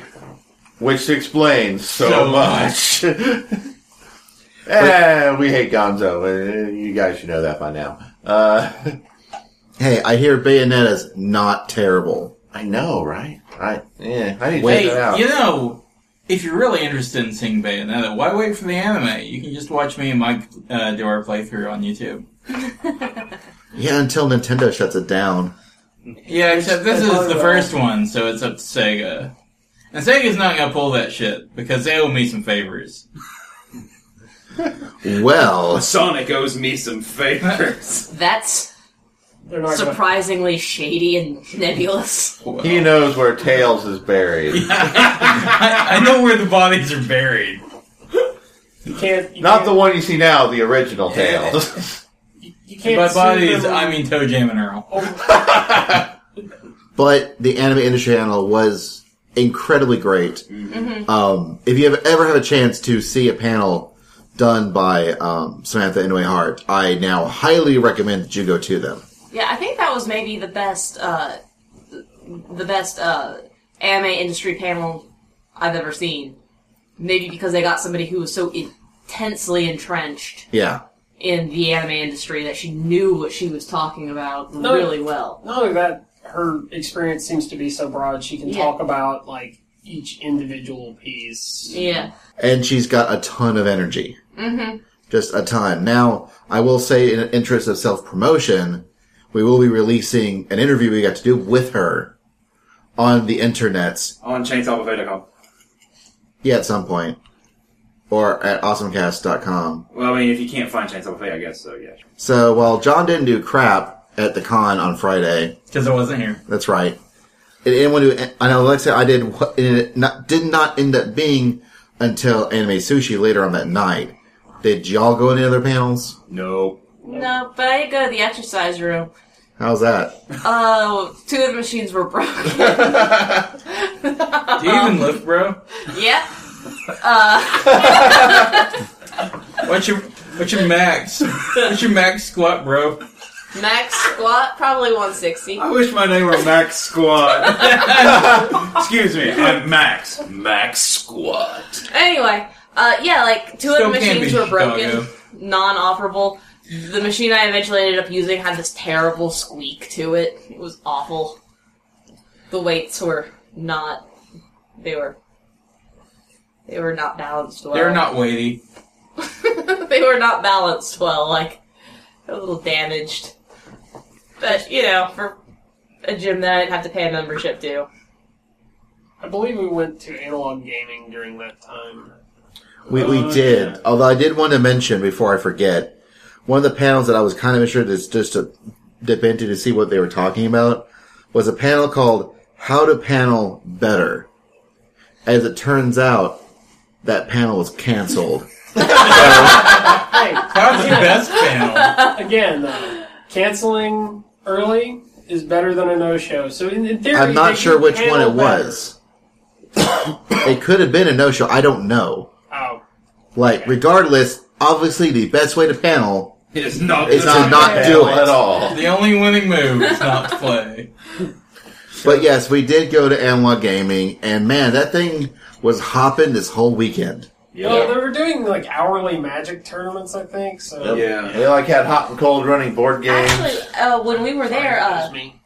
Speaker 6: Which explains so,
Speaker 2: So
Speaker 6: much. Eh, we hate Gonzo. Uh, You guys should know that by now. Uh,
Speaker 1: Hey, I hear Bayonetta's not terrible.
Speaker 6: I know, right? I yeah. I need to
Speaker 2: Wait,
Speaker 6: check that out.
Speaker 2: you know, if you're really interested in seeing Bayonetta, why wait for the anime? You can just watch me and Mike uh, do our playthrough on YouTube.
Speaker 1: Yeah, until Nintendo shuts it down.
Speaker 2: Yeah, except this
Speaker 3: They
Speaker 2: is
Speaker 3: are,
Speaker 2: the
Speaker 3: uh,
Speaker 2: first one, so it's up to Sega. And Sega's not gonna pull that shit because they owe me some favors.
Speaker 1: Well,
Speaker 5: Sonic owes me some favors.
Speaker 4: that's
Speaker 3: They're not gonna-
Speaker 4: surprisingly shady and nebulous.
Speaker 6: He knows where Tails is buried.
Speaker 2: I, I know where the bodies are buried.
Speaker 3: you can't you
Speaker 6: Not
Speaker 3: can't-
Speaker 6: the one you see now, the original Tails.
Speaker 3: you
Speaker 2: And
Speaker 3: can't
Speaker 2: by
Speaker 3: sue
Speaker 2: bodies,
Speaker 3: them
Speaker 2: I mean Toe Jam and Earl.
Speaker 3: over-
Speaker 1: but the anime industry channel was incredibly great. Um, if you have, ever have a chance to see a panel done by um, Samantha Inouye Hart, I now highly recommend that you go to them.
Speaker 4: Yeah, I think that was maybe the best, uh, the best uh, anime industry panel I've ever seen. Maybe because they got somebody who was so intensely entrenched
Speaker 1: Yeah.
Speaker 4: in the anime industry that she knew what she was talking about
Speaker 3: No.
Speaker 4: really well.
Speaker 3: not only that, her experience seems to be so broad. She can
Speaker 4: Yeah.
Speaker 3: talk about like each individual piece.
Speaker 4: Yeah,
Speaker 1: and she's got a ton of energy. Mm-hmm. Just a ton. Now, I will say, in the interest of self promotion, we will be releasing an interview we got to do with her on the internets.
Speaker 5: On Chainsaw Buffet com.
Speaker 1: Yeah, at some point, or at awesomecast.com.
Speaker 5: Well, I mean, if you can't find Chainsaw Buffet, I guess so, yeah.
Speaker 1: So while John didn't do crap at the con on Friday,
Speaker 2: Because I wasn't here.
Speaker 1: that's right. It didn't want to. I know. Let's say I did. what- It not, did not end up being until Anime Sushi later on that night. Did y'all go to any other panels?
Speaker 5: No.
Speaker 4: no, but I did go to the exercise room.
Speaker 1: How's that?
Speaker 4: Oh, two of the machines were broken.
Speaker 2: Do you even lift, bro?
Speaker 4: yeah, Uh,
Speaker 2: What's your what's your max? What's your max squat, bro?
Speaker 4: max squat probably 160.
Speaker 5: I wish my name were Max Squat. Excuse me, I'm Max. Max Squat.
Speaker 4: Anyway, uh, yeah, like two
Speaker 2: Still
Speaker 4: of the
Speaker 2: can't
Speaker 4: machines
Speaker 2: be
Speaker 4: were broken,
Speaker 2: Chicago.
Speaker 4: non-operable. The machine I eventually ended up using had this terrible squeak to it. It was awful. The weights were not. They were. They were not balanced well.
Speaker 2: They're not weighty.
Speaker 4: they were not balanced well. Like a little damaged. But you know, for a gym that I didn't have to pay a membership to.
Speaker 3: I believe we went to analog gaming during that time.
Speaker 1: We, we
Speaker 5: Oh,
Speaker 1: did.
Speaker 5: yeah.
Speaker 1: Although I did want to mention before I forget, one of the panels that I was kind of interested is just to dip into to see what they were talking about was a panel called How to Panel Better. As it turns out, that panel was canceled.
Speaker 3: Hey,
Speaker 2: That was the best panel.
Speaker 3: again, though, canceling early is better than a no-show. So in, in theory,
Speaker 1: I'm
Speaker 3: they
Speaker 1: not sure
Speaker 3: do
Speaker 1: which one
Speaker 3: handle
Speaker 1: it was.
Speaker 3: better.
Speaker 1: it could have been a no show. I don't know.
Speaker 3: Oh,
Speaker 1: Like, regardless, obviously the best way to panel
Speaker 5: It is not.
Speaker 1: is to not do
Speaker 6: Hell
Speaker 1: it.
Speaker 6: at all.
Speaker 2: The only winning move is not to play.
Speaker 1: But yes, we did go to Analog Gaming, and man, that thing was hopping this whole weekend.
Speaker 3: well, they were doing like hourly magic tournaments, I think. So
Speaker 5: Yeah.
Speaker 6: They like had hot and cold running board games.
Speaker 4: Actually, uh, when we were there,
Speaker 3: Sorry,
Speaker 4: uh,
Speaker 3: excuse me.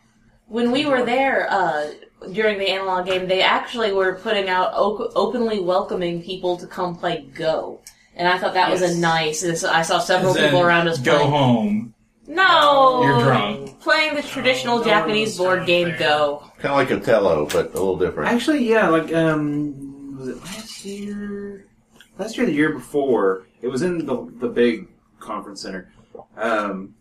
Speaker 4: when we were there uh, during the analog game, they actually were putting out o- openly welcoming people to come play Go. And I thought that was
Speaker 3: Yes.
Speaker 4: a nice. this- I saw several
Speaker 2: Then
Speaker 4: people around us
Speaker 2: go
Speaker 4: playing.
Speaker 2: home.
Speaker 4: No,
Speaker 2: You're drunk.
Speaker 4: Playing the traditional
Speaker 3: No,
Speaker 4: Japanese
Speaker 3: no one's
Speaker 4: board game
Speaker 3: drunk there.
Speaker 4: Go.
Speaker 6: Kind of like Othello, but a little different.
Speaker 5: Actually, yeah. Like, um, was it last year? Last year, the year before, it was in the the big conference center. Um,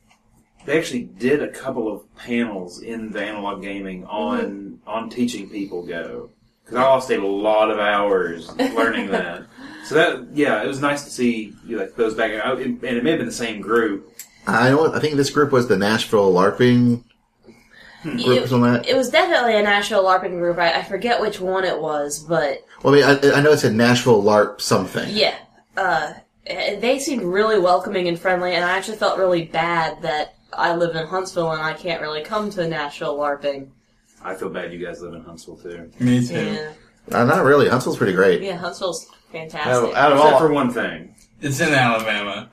Speaker 5: they actually did a couple of panels in the analog gaming on on teaching people go because I lost a lot of hours learning that. So that yeah, it was nice to see you know, like those back, I, and it may have been the same group.
Speaker 1: I know. I think this group was the Nashville LARPing
Speaker 2: Hmm.
Speaker 1: group or
Speaker 4: It,
Speaker 1: something. Like that.
Speaker 4: it was definitely a national LARPing group. I, I forget which one it was, but
Speaker 1: Well, I mean, I, I know it said Nashville LARP something.
Speaker 4: Yeah. Uh, and they seemed really welcoming and friendly, and I actually felt really bad that I live in Huntsville and I can't really come to Nashville LARPing.
Speaker 5: I feel bad you guys live in Huntsville too,
Speaker 2: Me too.
Speaker 4: Yeah.
Speaker 1: Uh, not really. Huntsville's pretty great.
Speaker 4: Yeah, Huntsville's
Speaker 6: Out
Speaker 4: fantastic.
Speaker 6: of, out of
Speaker 5: except for
Speaker 6: all,
Speaker 5: one thing.
Speaker 2: It's in Alabama.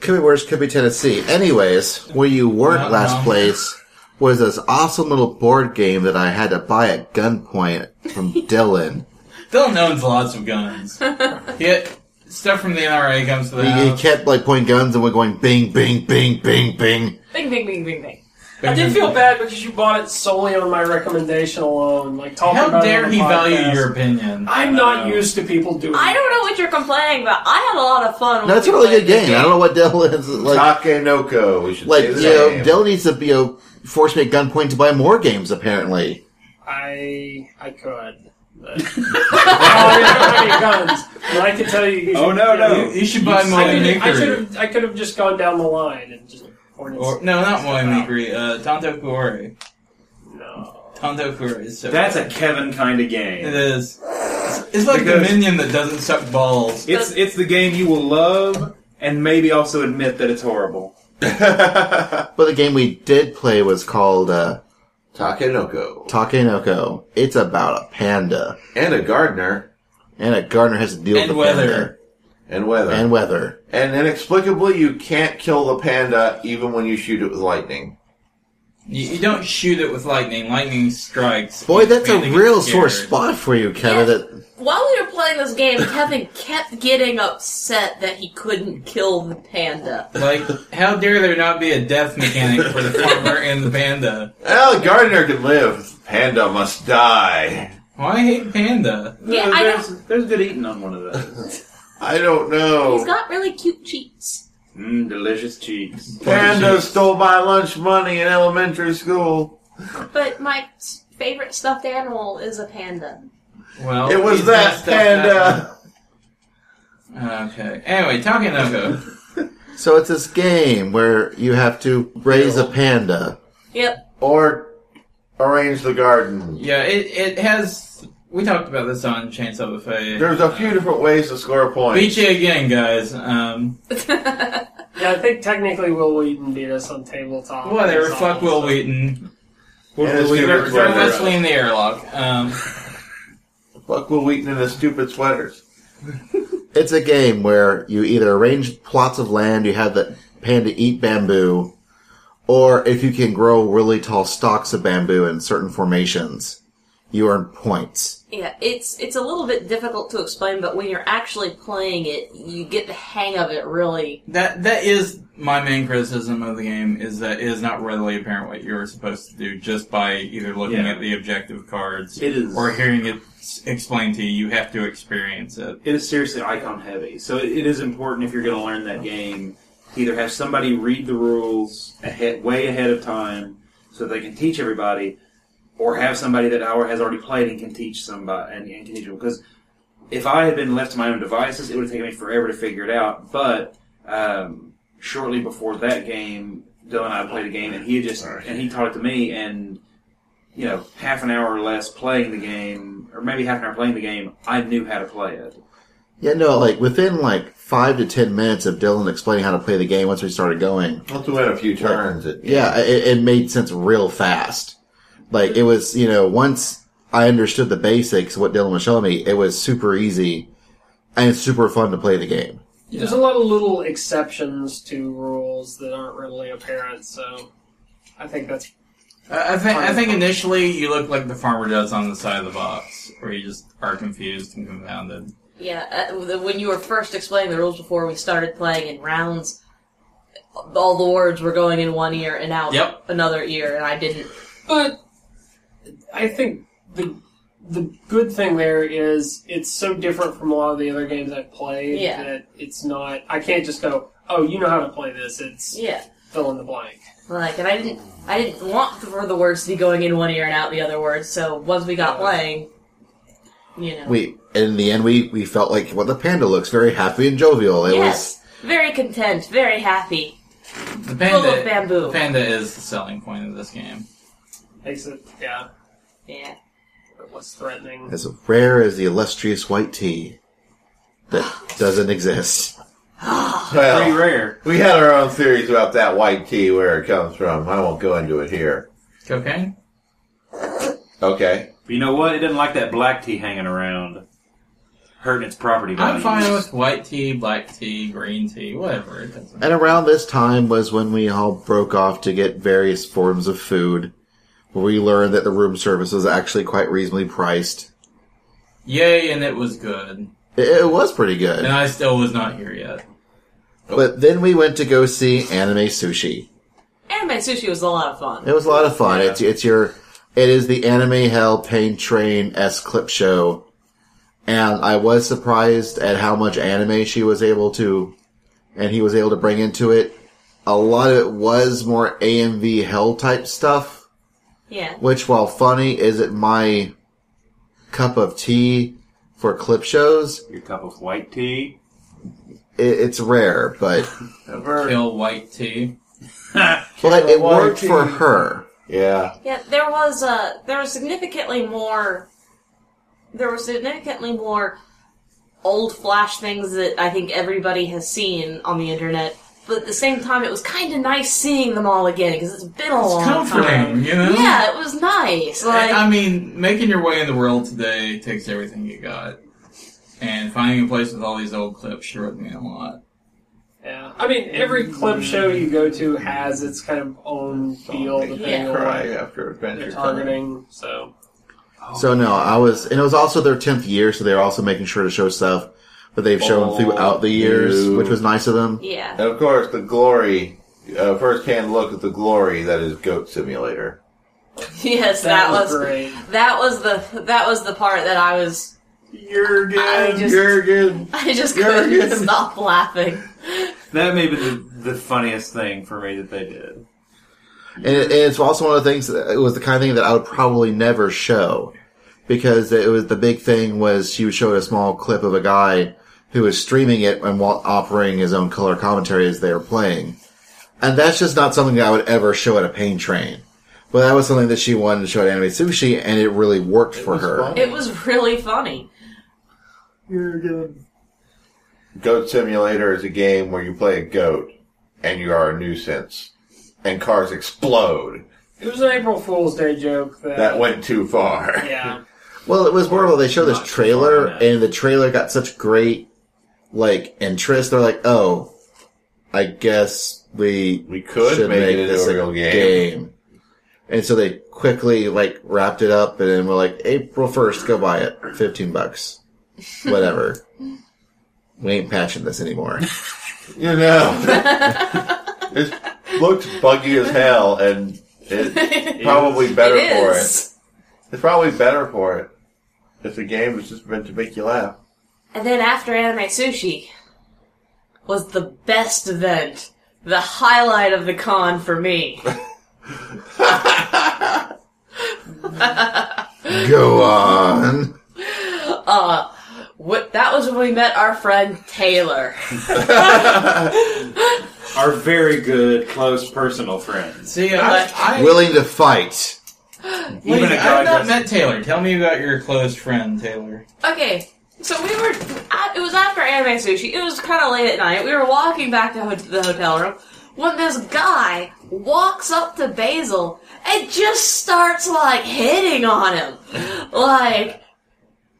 Speaker 1: Could be worse. Could be Tennessee. Anyways, where you weren't
Speaker 2: No,
Speaker 1: last
Speaker 2: no.
Speaker 1: place was this awesome little board game that I had to buy at gunpoint from Dylan.
Speaker 2: Dylan owns lots of guns. Yet stuff from the NRA comes to the
Speaker 1: He, he
Speaker 2: house.
Speaker 1: kept like pointing guns and we're going bing, bing, bing, bing, bing.
Speaker 4: bing, bing, bing, bing, bing.
Speaker 3: I did feel bad because you bought it solely on my recommendation alone. Like talking
Speaker 2: How
Speaker 3: about it
Speaker 2: dare
Speaker 3: on
Speaker 2: he
Speaker 3: the
Speaker 2: value
Speaker 3: podcast.
Speaker 2: your Uh, opinion?
Speaker 3: I'm not used to people doing.
Speaker 4: I don't know what you're complaining about. I had a lot of fun.
Speaker 1: No,
Speaker 4: when
Speaker 1: it's a
Speaker 4: we
Speaker 1: really
Speaker 4: played
Speaker 1: good
Speaker 4: Oh, the
Speaker 1: game. I don't know what Dylan's like.
Speaker 6: Takenoko, we should
Speaker 1: Like
Speaker 6: say
Speaker 1: you
Speaker 6: the
Speaker 1: know,
Speaker 6: name.
Speaker 1: Dylan needs to be a force me at gunpoint to buy more games. Apparently,
Speaker 3: I I could. But, I don't have any guns, but I can tell you. you
Speaker 5: Oh,
Speaker 3: should-
Speaker 5: no,
Speaker 3: you know,
Speaker 5: no.
Speaker 2: You should buy
Speaker 5: You
Speaker 2: Mullen
Speaker 5: said-
Speaker 3: I should
Speaker 2: Hickory.
Speaker 3: have. I could have just gone down the line and just. pointed
Speaker 2: Or,
Speaker 3: stuff
Speaker 2: no, not Mullen
Speaker 3: out.
Speaker 2: Hickory. Uh, Tonto Kuore.
Speaker 3: No.
Speaker 2: Tonto Kuore is so
Speaker 5: That's a Kevin kind of game.
Speaker 2: It is. It's, it's like
Speaker 5: Because-
Speaker 2: the minion that doesn't suck balls.
Speaker 5: It's it's the game you will love and maybe also admit that it's horrible.
Speaker 1: but the game we did play was called uh,
Speaker 6: Takenoko.
Speaker 1: Takenoko. It's about a panda,
Speaker 6: And a gardener.
Speaker 1: and a gardener has to deal
Speaker 2: And
Speaker 1: with a
Speaker 2: weather.
Speaker 6: And weather.
Speaker 1: panda and
Speaker 6: And,
Speaker 1: weather.
Speaker 6: inexplicably, you can't kill the panda even when you shoot it with lightning.
Speaker 2: You, you don't shoot it with lightning. Lightning strikes.
Speaker 1: Boy,
Speaker 2: and
Speaker 1: that's a
Speaker 2: Panda gets
Speaker 1: real sore
Speaker 2: scared.
Speaker 1: spot for you, Kevin.
Speaker 4: Yeah.
Speaker 1: That
Speaker 4: game. While we were playing this game, Kevin kept getting upset that he couldn't kill the panda.
Speaker 2: Like, how dare there not be a death mechanic for the farmer and the panda?
Speaker 6: Well, the gardener can live. Panda must die.
Speaker 2: Why I hate panda?
Speaker 4: Yeah, I
Speaker 5: there's,
Speaker 4: know.
Speaker 5: there's good eating on one of those.
Speaker 6: I don't know.
Speaker 1: Oh.
Speaker 4: He's got really cute cheeks.
Speaker 5: Mmm, delicious cheeks.
Speaker 6: Panda stole my lunch money in elementary school.
Speaker 4: But my s- favorite stuffed animal is a panda.
Speaker 1: Oh,
Speaker 2: Well,
Speaker 6: it was
Speaker 2: he's
Speaker 6: that
Speaker 2: messed up that
Speaker 6: panda.
Speaker 2: one. Okay. Anyway, Takenoko.
Speaker 1: so it's this game where you have to raise a panda.
Speaker 4: Yep.
Speaker 6: Or arrange the garden.
Speaker 2: Yeah, it, it has. We talked about this on Chainsaw Buffet.
Speaker 6: There's a few different ways to score a point.
Speaker 2: Beat you again, guys. Um,
Speaker 3: Yeah, I think technically Will Wheaton beat us on tabletop.
Speaker 2: whatever.
Speaker 3: It's
Speaker 2: Fuck
Speaker 3: awesome.
Speaker 2: Will Wheaton.
Speaker 6: And a
Speaker 5: We've
Speaker 6: stupid
Speaker 5: never-
Speaker 2: Throw
Speaker 5: we've
Speaker 6: sweater.
Speaker 2: Wesley in the airlock. Um,
Speaker 6: Fuck Will Wheaton and his stupid sweaters.
Speaker 1: It's a game where you either arrange plots of land, you have the panda eat bamboo, or if you can grow really tall stalks of bamboo in certain formations, you earn points.
Speaker 4: Yeah, it's it's a little bit difficult to explain, but when you're actually playing it, you get the hang of it really.
Speaker 2: That that is my main criticism of the game is that it is not readily apparent what you're supposed to do just by either looking
Speaker 5: Yeah.
Speaker 2: at the objective cards
Speaker 5: It is.
Speaker 2: or hearing it s- explained to you. You have to experience it.
Speaker 5: It is seriously icon heavy, so it, it is important if you're going to learn that game to either have somebody read the rules ahead, way ahead of time, so they can teach everybody, or have somebody that hour has already played and can teach somebody and, and can teach them. Because if I had been left to my own devices, it would have taken me forever to figure it out. But um, shortly before that game, Dylan and I played a game, and he had just and he taught it to me, and you know, half an hour or less playing the game, or maybe half an hour playing the game, I knew how to play it.
Speaker 1: Yeah, no, like within like five to ten minutes of Dylan explaining how to play the game once we started going.
Speaker 6: Once we went a few turns, it,
Speaker 1: Yeah, it, it made sense real fast. Like it was, you know, once I understood the basics, what Dylan was showing me, it was super easy and super fun to play the game.
Speaker 3: There's a lot of little exceptions to rules that aren't readily apparent, so I think that's
Speaker 2: I I think I think initially you look like the farmer does on the side of the box, where you just are confused and confounded.
Speaker 4: Yeah, uh, the- when you were first explaining the rules before we started playing in rounds, all the words were going in one ear and out
Speaker 2: Yep.
Speaker 4: another ear, and I didn't.
Speaker 3: But I think the the good thing there is it's so different from a lot of the other games I've played
Speaker 4: Yeah.
Speaker 3: that it's not. I can't just go, oh, you know how to play this. It's
Speaker 4: Yeah,
Speaker 3: fill in the blank.
Speaker 4: like, and I didn't. I didn't want for the words to be going in one ear and out the other words. So once we got
Speaker 3: Yeah.
Speaker 4: playing, you know,
Speaker 1: We in the end we we felt like well the panda looks very happy and jovial. It
Speaker 4: yes, very content, very happy.
Speaker 2: The
Speaker 4: Full of
Speaker 2: panda,
Speaker 4: bamboo.
Speaker 2: the panda is the selling point of this game.
Speaker 3: Makes it, yeah,
Speaker 4: Yeah,
Speaker 3: it was threatening.
Speaker 1: was as rare as the illustrious white tea that doesn't exist.
Speaker 5: Pretty
Speaker 6: well,
Speaker 5: rare.
Speaker 6: we had our own theories about that white tea, where it comes from. I won't go into it here.
Speaker 2: Cocaine?
Speaker 6: Okay.
Speaker 5: But you know what? It didn't like that black tea hanging around, hurting its property
Speaker 2: I'm
Speaker 5: values.
Speaker 2: fine with white tea, black tea, green tea, whatever. It doesn't.
Speaker 1: And around this time was when we all broke off to get various forms of food. Where we learned that the room service was actually quite reasonably priced.
Speaker 2: Yay, and it was good.
Speaker 1: It, it was pretty good.
Speaker 2: And I still was not here yet.
Speaker 1: But then we went to go see Anime Sushi.
Speaker 4: anime sushi was a lot of fun.
Speaker 1: It was a lot of fun. It's it's your it is the anime hell pain train s clip show, and I was surprised at how much anime she was able to, and he was able to bring into it. A lot of it was more AMV hell type stuff,
Speaker 4: Yeah,
Speaker 1: which, while funny, isn't my cup of tea for clip shows.
Speaker 5: Your cup of white tea.
Speaker 1: It, it's rare, but
Speaker 2: Kill white tea.
Speaker 1: but it worked for her.
Speaker 6: Yeah.
Speaker 4: yeah. There was uh, there was significantly more. There were significantly more old flash things that I think everybody has seen on the internet. But at the same time, it was kind of nice seeing them all again because it's been a long time.
Speaker 2: Comforting, you know?
Speaker 4: Yeah, it was nice. Like,
Speaker 2: I mean, making your way in the world today takes everything you got. And finding a place with all these old clips sure would mean a lot.
Speaker 3: Yeah, I mean, every clip show you go to has its kind of own feel
Speaker 6: Don't make
Speaker 3: depending
Speaker 6: me
Speaker 3: on
Speaker 6: Cry
Speaker 3: what
Speaker 6: after
Speaker 3: they're
Speaker 6: adventure. Time.
Speaker 3: targeting. So
Speaker 1: So no, I was, and it was also their tenth year, so they're also making sure to show stuff that they've shown
Speaker 6: Oh,
Speaker 1: throughout the years,
Speaker 6: you-
Speaker 1: which was nice of them.
Speaker 4: yeah,
Speaker 6: And of course, the glory. Uh, first-hand look at the glory that is Goat Simulator.
Speaker 4: yes,
Speaker 3: that,
Speaker 4: that,
Speaker 3: was,
Speaker 4: was
Speaker 3: great.
Speaker 4: that was the that was the part that I was
Speaker 6: Jurgen,
Speaker 4: I just-
Speaker 6: Jurgen.
Speaker 4: I just
Speaker 6: You're
Speaker 4: couldn't
Speaker 6: good.
Speaker 4: stop laughing.
Speaker 5: That may be the, the funniest thing for me that they did.
Speaker 1: And, it, and it's also one of the things. that- It was the kind of thing that I would probably never show because it was the big thing was she would show a small clip of a guy who was streaming it and while offering his own color commentary as they were playing, and that's just not something that I would ever show at a pain train. But that was something that she wanted to show at Anime Sushi, and it really worked for
Speaker 6: was
Speaker 1: her.
Speaker 6: fun.
Speaker 4: It was really funny.
Speaker 6: Goat Simulator is a game where you play a goat and you are a nuisance, and cars explode.
Speaker 3: It was an April Fool's Day joke that.
Speaker 6: That went too far.
Speaker 3: yeah,
Speaker 1: Well, it was more of a- they showed this
Speaker 5: Not
Speaker 1: trailer,
Speaker 5: far, yeah.
Speaker 1: and the trailer got such great like interest. They're like, "Oh, I guess we
Speaker 6: We could make it into a real game."
Speaker 1: And so they quickly like wrapped it up, and then we're like, "April first, go buy it, fifteen bucks, whatever." we ain't patching this anymore.
Speaker 6: You know, it looked buggy as hell, and it's probably better
Speaker 4: it
Speaker 6: for it.
Speaker 4: is.
Speaker 6: It's probably better for it. If the game was just meant to make you laugh.
Speaker 4: And then after Anime Sushi was the best event, the highlight of the con for me.
Speaker 1: go on.
Speaker 4: Wh- that was when we met our friend Taylor.
Speaker 5: Our very good, close personal friends.
Speaker 2: See, I, I,
Speaker 1: Willing to fight.
Speaker 2: Wait,
Speaker 5: Even a guy
Speaker 2: I've not
Speaker 5: does-
Speaker 2: met Taylor. Tell me about your close friend, Taylor.
Speaker 4: Okay, so we were. At, it was after anime sushi. It was kind of late at night. We were walking back to ho- the hotel room when this guy walks up to Basil and just starts like hitting on him, like,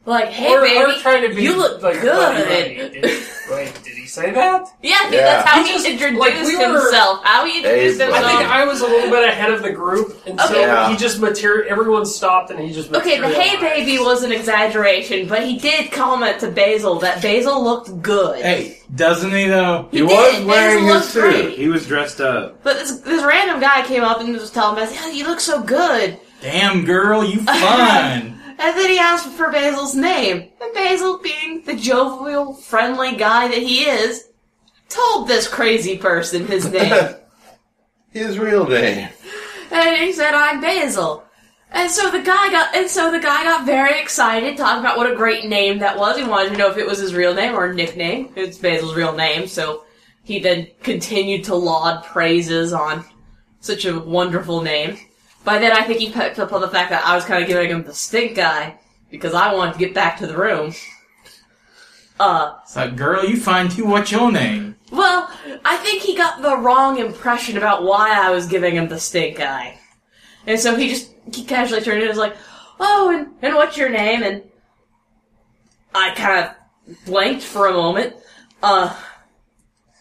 Speaker 4: like, hey
Speaker 3: or,
Speaker 4: baby,
Speaker 3: or trying to be
Speaker 4: you look
Speaker 3: like, buddy,
Speaker 4: good.
Speaker 3: buddy. Did- Wait, did he say that?
Speaker 4: yeah, I think
Speaker 6: Yeah.
Speaker 4: that's how
Speaker 3: He
Speaker 4: he,
Speaker 3: just-
Speaker 4: introduced
Speaker 3: like, we were-
Speaker 4: himself. How he introduced
Speaker 6: Basil.
Speaker 4: himself.
Speaker 3: I think I was a little bit ahead of the group, and so
Speaker 4: Okay.
Speaker 6: Yeah.
Speaker 3: he just material. Everyone stopped, and he just
Speaker 4: Okay, the hey
Speaker 3: materialized.
Speaker 4: baby was an exaggeration, but he did comment to Basil that Basil looked good.
Speaker 2: Hey, doesn't he though?
Speaker 6: He was
Speaker 4: did. Basil
Speaker 6: wearing his
Speaker 4: looked
Speaker 6: suit.
Speaker 4: great.
Speaker 5: He was dressed up.
Speaker 4: But this, this random guy came up and was telling Basil, oh, you look so good.
Speaker 2: Damn girl, you fun.
Speaker 4: And then he asked for Basil's name. And Basil, being the jovial, friendly guy that he is, told this crazy person his name.
Speaker 6: His real name.
Speaker 4: and he said, I'm Basil. And so the guy got and so the guy got very excited, talking about what a great name that was. He wanted to know if it was his real name or nickname. It's Basil's real name, so he then continued to laud praises on such a wonderful name. By then, I think he picked up on the fact that I was kind of giving him the stink eye because I wanted to get back to the room. Uh,
Speaker 2: It's like girl, you fine too. What's your name?
Speaker 4: well, I think he got the wrong impression about why I was giving him the stink eye. And so he just he casually turned it and was like, Oh, and, and what's your name? And I kind of blanked for a moment. Uh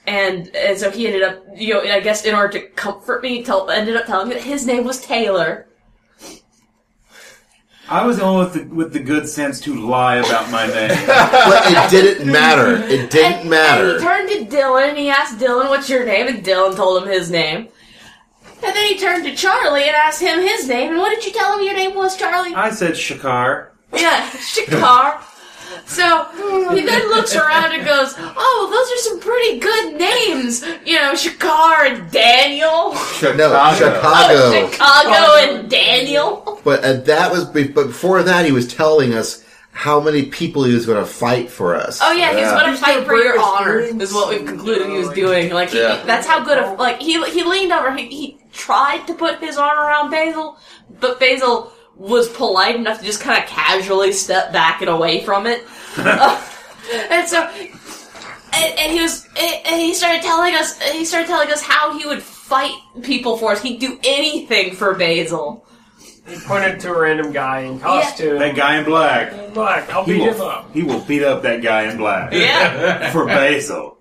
Speaker 4: and, and so he ended up, you know, I guess in order to comfort me, tell, ended up telling me that his name was Taylor.
Speaker 5: I was the only with the, with the good sense to lie about my name.
Speaker 1: But it didn't matter. It
Speaker 4: And-
Speaker 1: didn't
Speaker 4: And he
Speaker 1: matter.
Speaker 4: turned to Dylan and he asked Dylan, what's your name? And Dylan told him his name. And then he turned to Charlie and asked him his name. And what did you tell him your name was, Charlie?
Speaker 5: I said Shakar.
Speaker 4: yeah, Shakar. So he then looks around and goes, oh, those are some pretty good names. You know, Shakar and Daniel.
Speaker 1: No,
Speaker 4: Oh,
Speaker 1: Chicago.
Speaker 4: Chicago and Daniel.
Speaker 1: But uh, that was be- but before that. He was telling us how many people he was going to fight for us.
Speaker 4: Oh yeah, he was
Speaker 6: Yeah.
Speaker 4: going to
Speaker 3: He's gonna
Speaker 4: fight for
Speaker 3: break
Speaker 4: your
Speaker 3: his
Speaker 4: honor.
Speaker 3: earrings.
Speaker 4: Is what we've concluded he was
Speaker 3: Oh,
Speaker 4: doing. Like he,
Speaker 6: Yeah.
Speaker 4: that's how good of like he he leaned over. He, he tried to put his arm around Basil, but Basil was polite enough to just kind of casually step back and away from it. Uh, and so, and, and he was and and he started telling us he started telling us how he would fight people for us. He'd do anything for Basil.
Speaker 3: He pointed to a random guy in costume.
Speaker 5: That guy in black.
Speaker 3: Look, I'll
Speaker 5: He
Speaker 3: beat him
Speaker 5: will,
Speaker 3: up.
Speaker 5: he will beat up that guy in black.
Speaker 4: Yeah.
Speaker 5: For Basil.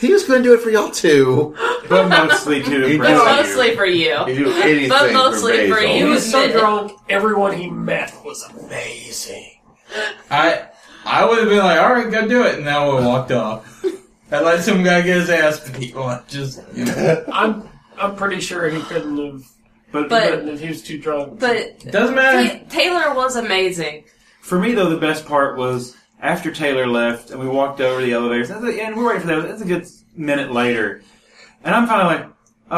Speaker 1: He was going to do it for y'all too.
Speaker 5: But mostly to
Speaker 6: He
Speaker 5: impress
Speaker 4: But
Speaker 6: did.
Speaker 5: you.
Speaker 4: mostly for you.
Speaker 6: He'd do anything
Speaker 4: But mostly for
Speaker 6: for Basil.
Speaker 3: He
Speaker 4: you.
Speaker 3: was so
Speaker 4: admitted.
Speaker 3: drunk, everyone he met was amazing.
Speaker 2: I I would have been like, all right, go do it, and then I would have walked off. I let some guy get his ass beat. Well, I just you know,
Speaker 3: I'm I'm pretty sure he couldn't have.
Speaker 5: But,
Speaker 4: But-
Speaker 3: Couldn't have he was too drunk.
Speaker 4: But
Speaker 2: it doesn't matter.
Speaker 4: Ta- Taylor was amazing.
Speaker 5: for me, though, the best part was after Taylor left and we walked over the elevators, and and we're waiting for that. It's a good minute later. And I'm finally like,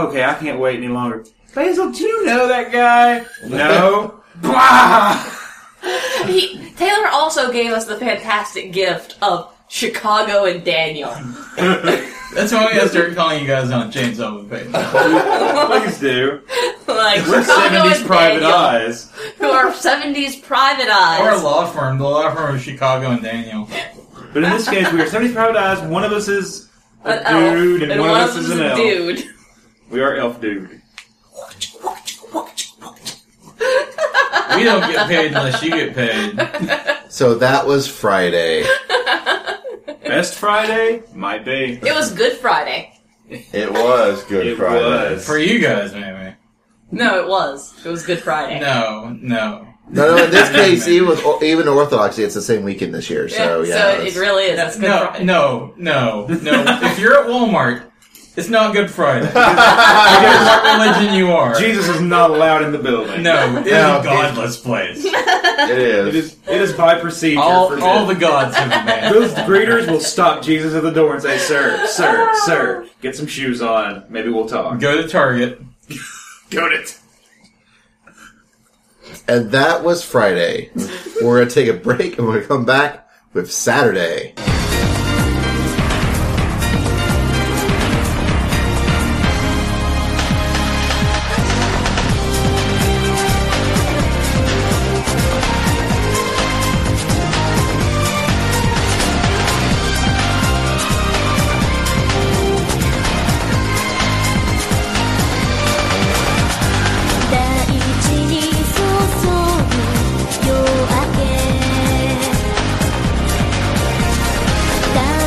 Speaker 5: okay, I can't wait any longer. Basil, do you know that guy? No. Blah!
Speaker 4: He, Taylor also gave us the fantastic gift of Chicago and Daniel.
Speaker 2: That's why I started calling you guys on Chainsaw with Peyton.
Speaker 5: Please do.
Speaker 4: Like
Speaker 5: We're
Speaker 4: Chicago
Speaker 5: 70s
Speaker 4: and
Speaker 5: private
Speaker 4: Daniel,
Speaker 5: eyes.
Speaker 4: who are seventies private
Speaker 2: Or a
Speaker 4: eyes.
Speaker 2: law firm, the law firm of Chicago and Daniel.
Speaker 5: But in this case, we are 70s private eyes. One of us is a
Speaker 4: An elf,
Speaker 5: dude, and, one, of us
Speaker 4: them's
Speaker 5: is an
Speaker 4: a
Speaker 5: elf.
Speaker 4: dude.
Speaker 5: We are elf dude.
Speaker 2: We don't get paid unless you get paid.
Speaker 1: So that was Friday.
Speaker 5: Best Friday? Might be.
Speaker 4: It was Good Friday.
Speaker 6: It was Good
Speaker 5: It
Speaker 6: Friday.
Speaker 5: was.
Speaker 2: For you guys, maybe.
Speaker 4: No, it was. It was Good Friday.
Speaker 2: No, no.
Speaker 1: No, no. In this case, even even Orthodoxy, it's the same weekend this year. So
Speaker 4: Yeah,
Speaker 1: yeah,
Speaker 4: so it
Speaker 1: it's-
Speaker 4: really is. It's Good
Speaker 2: No,
Speaker 4: Friday.
Speaker 2: no, no, no. If you're at Walmart, it's not Good Friday. I don't
Speaker 5: Because
Speaker 2: care what religion you are.
Speaker 5: Jesus is not allowed in the building.
Speaker 2: No, it's
Speaker 6: No.
Speaker 2: a godless place.
Speaker 6: it is.
Speaker 5: It is, it is by procedure.
Speaker 2: All,
Speaker 5: for
Speaker 2: all the
Speaker 5: men.
Speaker 2: gods have a man.
Speaker 5: Those greeters will stop Jesus at the door and say, Sir, sir, sir, get some shoes on. Maybe we'll talk.
Speaker 2: Go to Target.
Speaker 5: Got it.
Speaker 1: And that was Friday. we're going to take a break and we're going to come back with Saturday.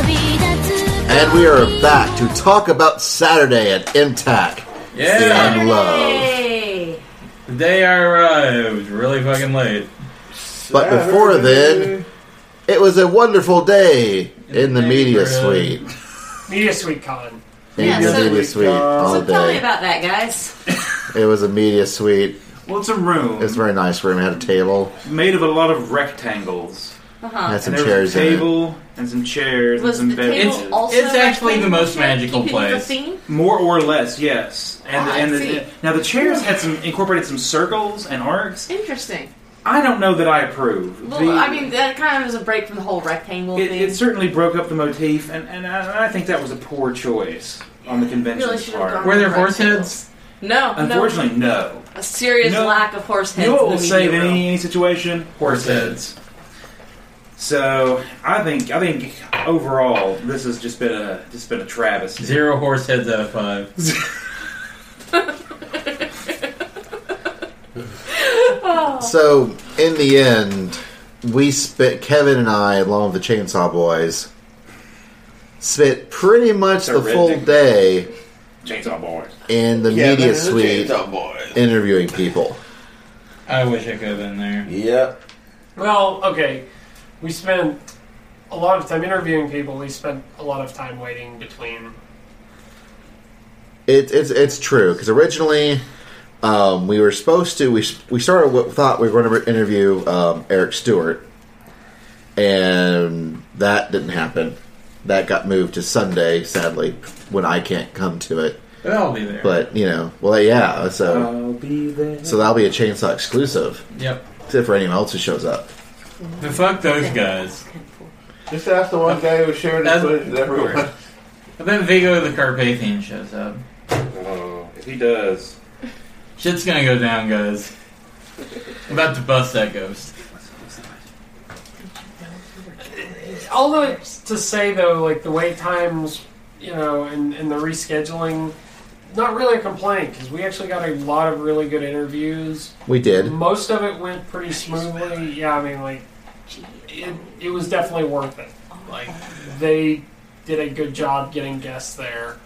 Speaker 1: And we are back to talk about Saturday at MTAC.
Speaker 2: Yeah.
Speaker 1: And love.
Speaker 4: Yay!
Speaker 2: The day I arrived, really fucking late.
Speaker 1: But before then, it was a wonderful day in the media suite.
Speaker 2: neighborhood.
Speaker 3: Media Suite Con.
Speaker 4: Yeah,
Speaker 1: media,
Speaker 4: so-
Speaker 1: media suite all
Speaker 4: So tell me
Speaker 1: day.
Speaker 4: about that, guys.
Speaker 1: It was a media suite.
Speaker 5: Well, it's a room
Speaker 1: It was a very nice room. It had a table.
Speaker 5: made of a lot of rectangles.
Speaker 1: It
Speaker 4: Uh-huh.
Speaker 1: had some
Speaker 5: and there was
Speaker 1: chairs in
Speaker 5: a
Speaker 1: it.
Speaker 5: table and some chairs
Speaker 4: Was
Speaker 5: and
Speaker 4: the
Speaker 5: some beds.
Speaker 4: table also?
Speaker 2: it's actually the
Speaker 4: rectangular
Speaker 2: most
Speaker 4: shape,
Speaker 2: magical
Speaker 4: keeping with the
Speaker 2: place.
Speaker 4: theme?
Speaker 5: More or less, yes. And
Speaker 4: Ah, I
Speaker 5: and
Speaker 4: see.
Speaker 5: the, now the chairs had some incorporated some circles and arcs.
Speaker 4: Interesting.
Speaker 5: I don't know that I approve.
Speaker 4: Well,
Speaker 5: The-
Speaker 4: I mean, that kind of is a break from the whole rectangle
Speaker 5: it,
Speaker 4: thing.
Speaker 5: it certainly broke up the motif, and, and I, I think that was a poor choice on the convention
Speaker 4: really should have gone.
Speaker 5: part.
Speaker 2: Were
Speaker 4: with
Speaker 2: there horse
Speaker 4: rectangles. No, no.
Speaker 5: Unfortunately, no.
Speaker 4: A serious
Speaker 5: No.
Speaker 4: lack of horse
Speaker 5: You
Speaker 4: heads.
Speaker 5: know what
Speaker 4: in
Speaker 5: will
Speaker 4: the
Speaker 5: save
Speaker 4: media room.
Speaker 5: any, any situation?
Speaker 2: Horse heads.
Speaker 5: So I think I think overall this has just been a just been a travesty.
Speaker 2: Zero horse heads out of five.
Speaker 1: So, in the end, we spent, Kevin and I, along with the Chainsaw Boys, spent pretty much the full
Speaker 5: Terrific.
Speaker 1: day
Speaker 5: Chainsaw Boys.
Speaker 1: in the
Speaker 7: Kevin
Speaker 1: media
Speaker 7: and the
Speaker 1: suite
Speaker 7: Chainsaw Boys.
Speaker 1: interviewing people.
Speaker 2: I wish I could have been there.
Speaker 7: Yep.
Speaker 3: Well, okay. We spent a lot of time interviewing people. We spent a lot of time waiting between.
Speaker 1: It, it's it's true because originally um, we were supposed to we we started what thought we were going to interview um, Eric Stewart, and that didn't happen. That got moved to Sunday, sadly, when I can't come to it.
Speaker 2: But I'll be there.
Speaker 1: But you know, well, yeah. So
Speaker 5: I'll be there.
Speaker 1: so that'll be a chainsaw exclusive,
Speaker 2: yep.
Speaker 1: except for anyone else who shows up.
Speaker 2: But fuck those guys.
Speaker 6: Just ask the one guy who shared the
Speaker 2: That's-
Speaker 6: footage with everyone.
Speaker 2: I bet Vigo the Carpathian shows up.
Speaker 5: Oh, if he does.
Speaker 2: Shit's gonna go down, guys. I'm about to bust that ghost.
Speaker 3: All that to say though, like the wait times, you know, and, and the rescheduling, not really a complaint because we actually got a lot of really good interviews.
Speaker 1: We did.
Speaker 3: Most of it went pretty smoothly. Yeah, I mean, like it, it was definitely worth it. Like they did a good job getting guests there.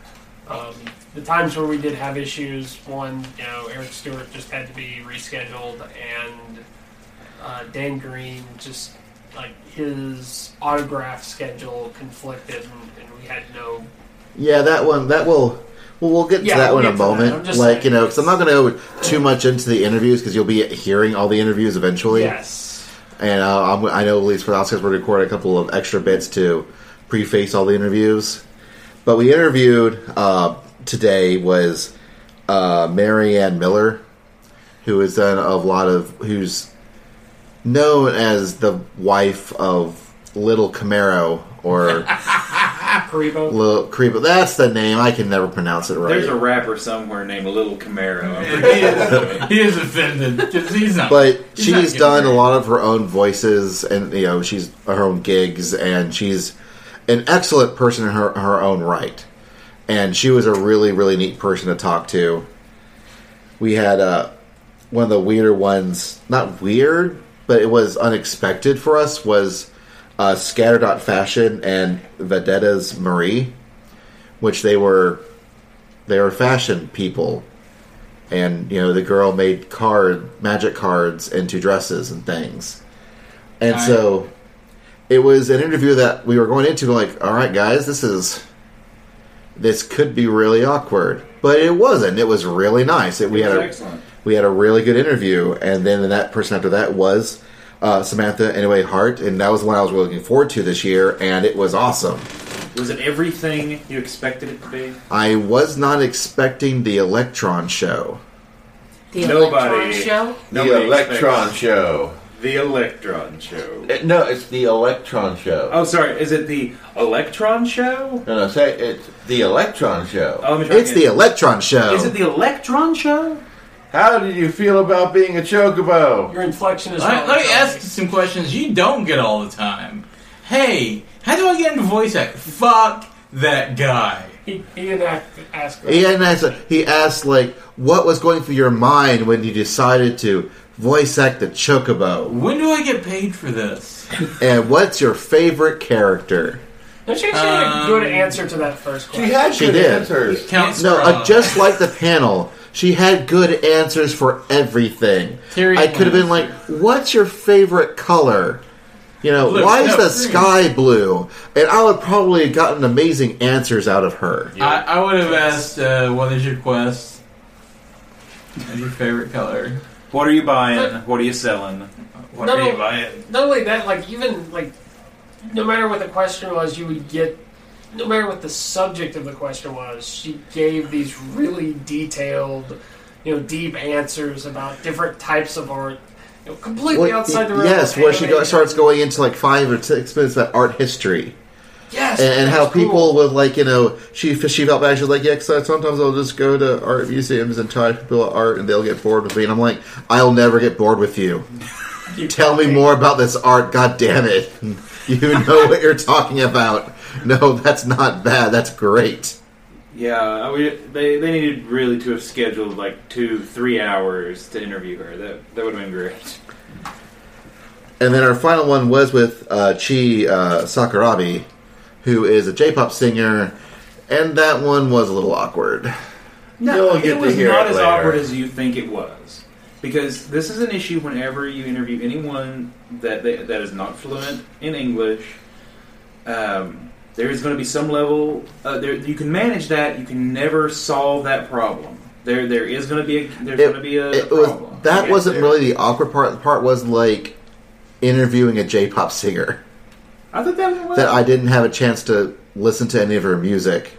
Speaker 3: Um, the times where we did have issues, one, you know, Eric Stewart just had to be rescheduled, and uh, Dan Green just like his autograph schedule conflicted, and, and we had no.
Speaker 1: Yeah, that one. That will. Well, we'll get
Speaker 3: Yeah,
Speaker 1: to that
Speaker 3: we'll
Speaker 1: one in
Speaker 3: get
Speaker 1: a
Speaker 3: to that. I'm
Speaker 1: moment. Like
Speaker 3: just saying.
Speaker 1: you know, because I'm not going to go too much into the interviews because you'll be hearing all the interviews eventually.
Speaker 3: Yes.
Speaker 1: And uh, I'm, I know at least for us because we're recording a couple of extra bits to preface all the interviews. But we interviewed uh, today was uh, Marianne Miller, who is done a lot of who's known as the wife of Little Camaro or
Speaker 3: Karibo.
Speaker 1: Little Creepo. That's the name. I can never pronounce it right.
Speaker 5: There's a rapper somewhere named Little Camaro.
Speaker 2: He is, he is offended because he's not.
Speaker 1: but
Speaker 2: She's not
Speaker 1: she's
Speaker 2: getting
Speaker 1: done a
Speaker 2: married.
Speaker 1: lot of her own voices and you know she's her own gigs and she's an excellent person in her, her own right and she was a really really neat person to talk to we had uh, one of the weirder ones not weird but it was unexpected for us was uh, scatterdot fashion and vedetta's marie which they were they were fashion people and you know the girl made card magic cards into dresses and things and
Speaker 2: Alright.
Speaker 1: so it was an interview that we were going into going like all right guys this is this could be really awkward but it wasn't it was really nice it, we had a
Speaker 5: excellent.
Speaker 1: we had a really good interview and then that person after that was uh, samantha anyway hart and that was the one i was really looking forward to this year and it was awesome
Speaker 5: Was it everything you expected it to be?
Speaker 1: i was not expecting the electron show
Speaker 4: The
Speaker 5: Nobody.
Speaker 4: Electron Show.
Speaker 5: Nobody
Speaker 6: the Electron
Speaker 5: expects
Speaker 6: Show. Uh,
Speaker 5: The Electron Show.
Speaker 7: It- no, it's the Electron Show.
Speaker 5: Oh, sorry. Is it the Electron Show?
Speaker 7: No, no, say it's the Electron Show.
Speaker 5: Oh, let me try
Speaker 1: it's the
Speaker 5: again.
Speaker 1: electron show
Speaker 5: Is it the Electron Show?
Speaker 6: How did you feel about being a chocobo?
Speaker 3: Your inflection is.
Speaker 2: Let,
Speaker 3: not
Speaker 2: let me
Speaker 3: wrong.
Speaker 2: ask you some questions you don't get all the time. Hey, how do I get into voice act? Fuck that guy.
Speaker 3: He, he didn't ask. ask
Speaker 1: He hadn't asked. He asked like, "What was going through your mind when you decided to voice act the Chocobo?"
Speaker 2: When do I get paid for this?
Speaker 1: And what's your favorite character?
Speaker 3: No, she actually had a
Speaker 2: Um,
Speaker 3: good answer to that first
Speaker 6: She
Speaker 3: question.
Speaker 6: had
Speaker 1: She
Speaker 6: good
Speaker 1: did.
Speaker 6: answers.
Speaker 2: Counts
Speaker 1: No,
Speaker 2: for,
Speaker 1: uh, just like the panel, she had good answers for everything.
Speaker 2: Terry
Speaker 1: I could have been like,
Speaker 2: Lawrence.
Speaker 1: "What's your favorite color?" You know,
Speaker 2: Blue.
Speaker 1: why is
Speaker 2: No,
Speaker 1: the
Speaker 2: green.
Speaker 1: sky blue? And I would probably have gotten amazing answers out of her.
Speaker 2: I, I would have asked, uh, "What is your quest? And your favorite color?"
Speaker 8: What are you buying? What are you selling? What
Speaker 3: No,
Speaker 8: are you
Speaker 3: no.
Speaker 8: buying?
Speaker 3: Not only that, like even like, no matter what the question was, you would get. No matter what the subject of the question was, she gave these really detailed, you know, deep answers about different types of art, you know, completely
Speaker 1: Well,
Speaker 3: outside the realm.
Speaker 1: yes,
Speaker 3: of
Speaker 1: where she
Speaker 3: anime.
Speaker 1: go, starts going into like five or six minutes about art history
Speaker 3: Yes,
Speaker 1: and, and how
Speaker 3: that's cool.
Speaker 1: people would like, you know, she she felt bad. She was like, "Yeah, 'cause I sometimes I'll just go to art museums and talk to people about art, and they'll get bored with me." And I'm like, "I'll never get bored with you."
Speaker 3: You
Speaker 1: Tell me more about this art, god damn it. You know what you're talking about. No, that's not bad. That's great.
Speaker 5: Yeah, uh, we, they they needed really to have scheduled like two three hours to interview her. That that would have been great.
Speaker 1: And then our final one was with uh, Chi uh, Sakurabi, who is a J-pop singer, and that one was a little awkward.
Speaker 6: You'll get
Speaker 5: it
Speaker 6: to
Speaker 5: was
Speaker 6: hear
Speaker 5: not
Speaker 6: it
Speaker 5: as
Speaker 6: later.
Speaker 5: awkward as you think it was, because this is an issue whenever you interview anyone that they, that is not fluent in English. Um, there is going to be some level uh, there you can manage that. You can never solve that problem. There there is going to be a, there's
Speaker 1: It-
Speaker 5: going to be a,
Speaker 1: It
Speaker 5: problem.
Speaker 1: was that
Speaker 5: Yeah,
Speaker 1: wasn't
Speaker 5: there-
Speaker 1: really the awkward part. The part was like interviewing a J-pop singer
Speaker 5: I thought that one was.
Speaker 1: that I didn't have a chance to listen to any of her music,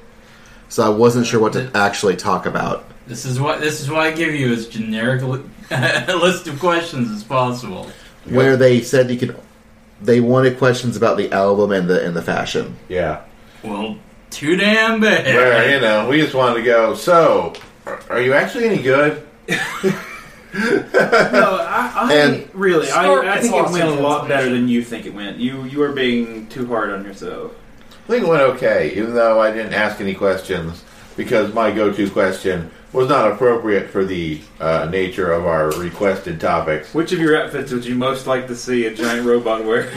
Speaker 1: so I wasn't sure what to actually talk about.
Speaker 2: This is what this is what I give you as generic li- list of questions as possible.
Speaker 1: Where they said you could, they wanted questions about the album and the and the fashion.
Speaker 6: Yeah.
Speaker 2: Well, too damn bad.
Speaker 6: Where, you know, we just wanted to go, so, are- are you actually any good?
Speaker 5: no, I, I
Speaker 1: And-
Speaker 5: really,
Speaker 3: Snort
Speaker 5: I, I
Speaker 3: gets
Speaker 5: think it
Speaker 3: lost
Speaker 5: went
Speaker 3: in
Speaker 5: a lot
Speaker 3: translation.
Speaker 5: better than you think it went. You you are being too hard on yourself.
Speaker 6: I think it went okay, even though I didn't ask any questions, because my go-to question was not appropriate for the uh, nature of our requested topics.
Speaker 5: Which of your outfits would you most like to see a giant robot wear?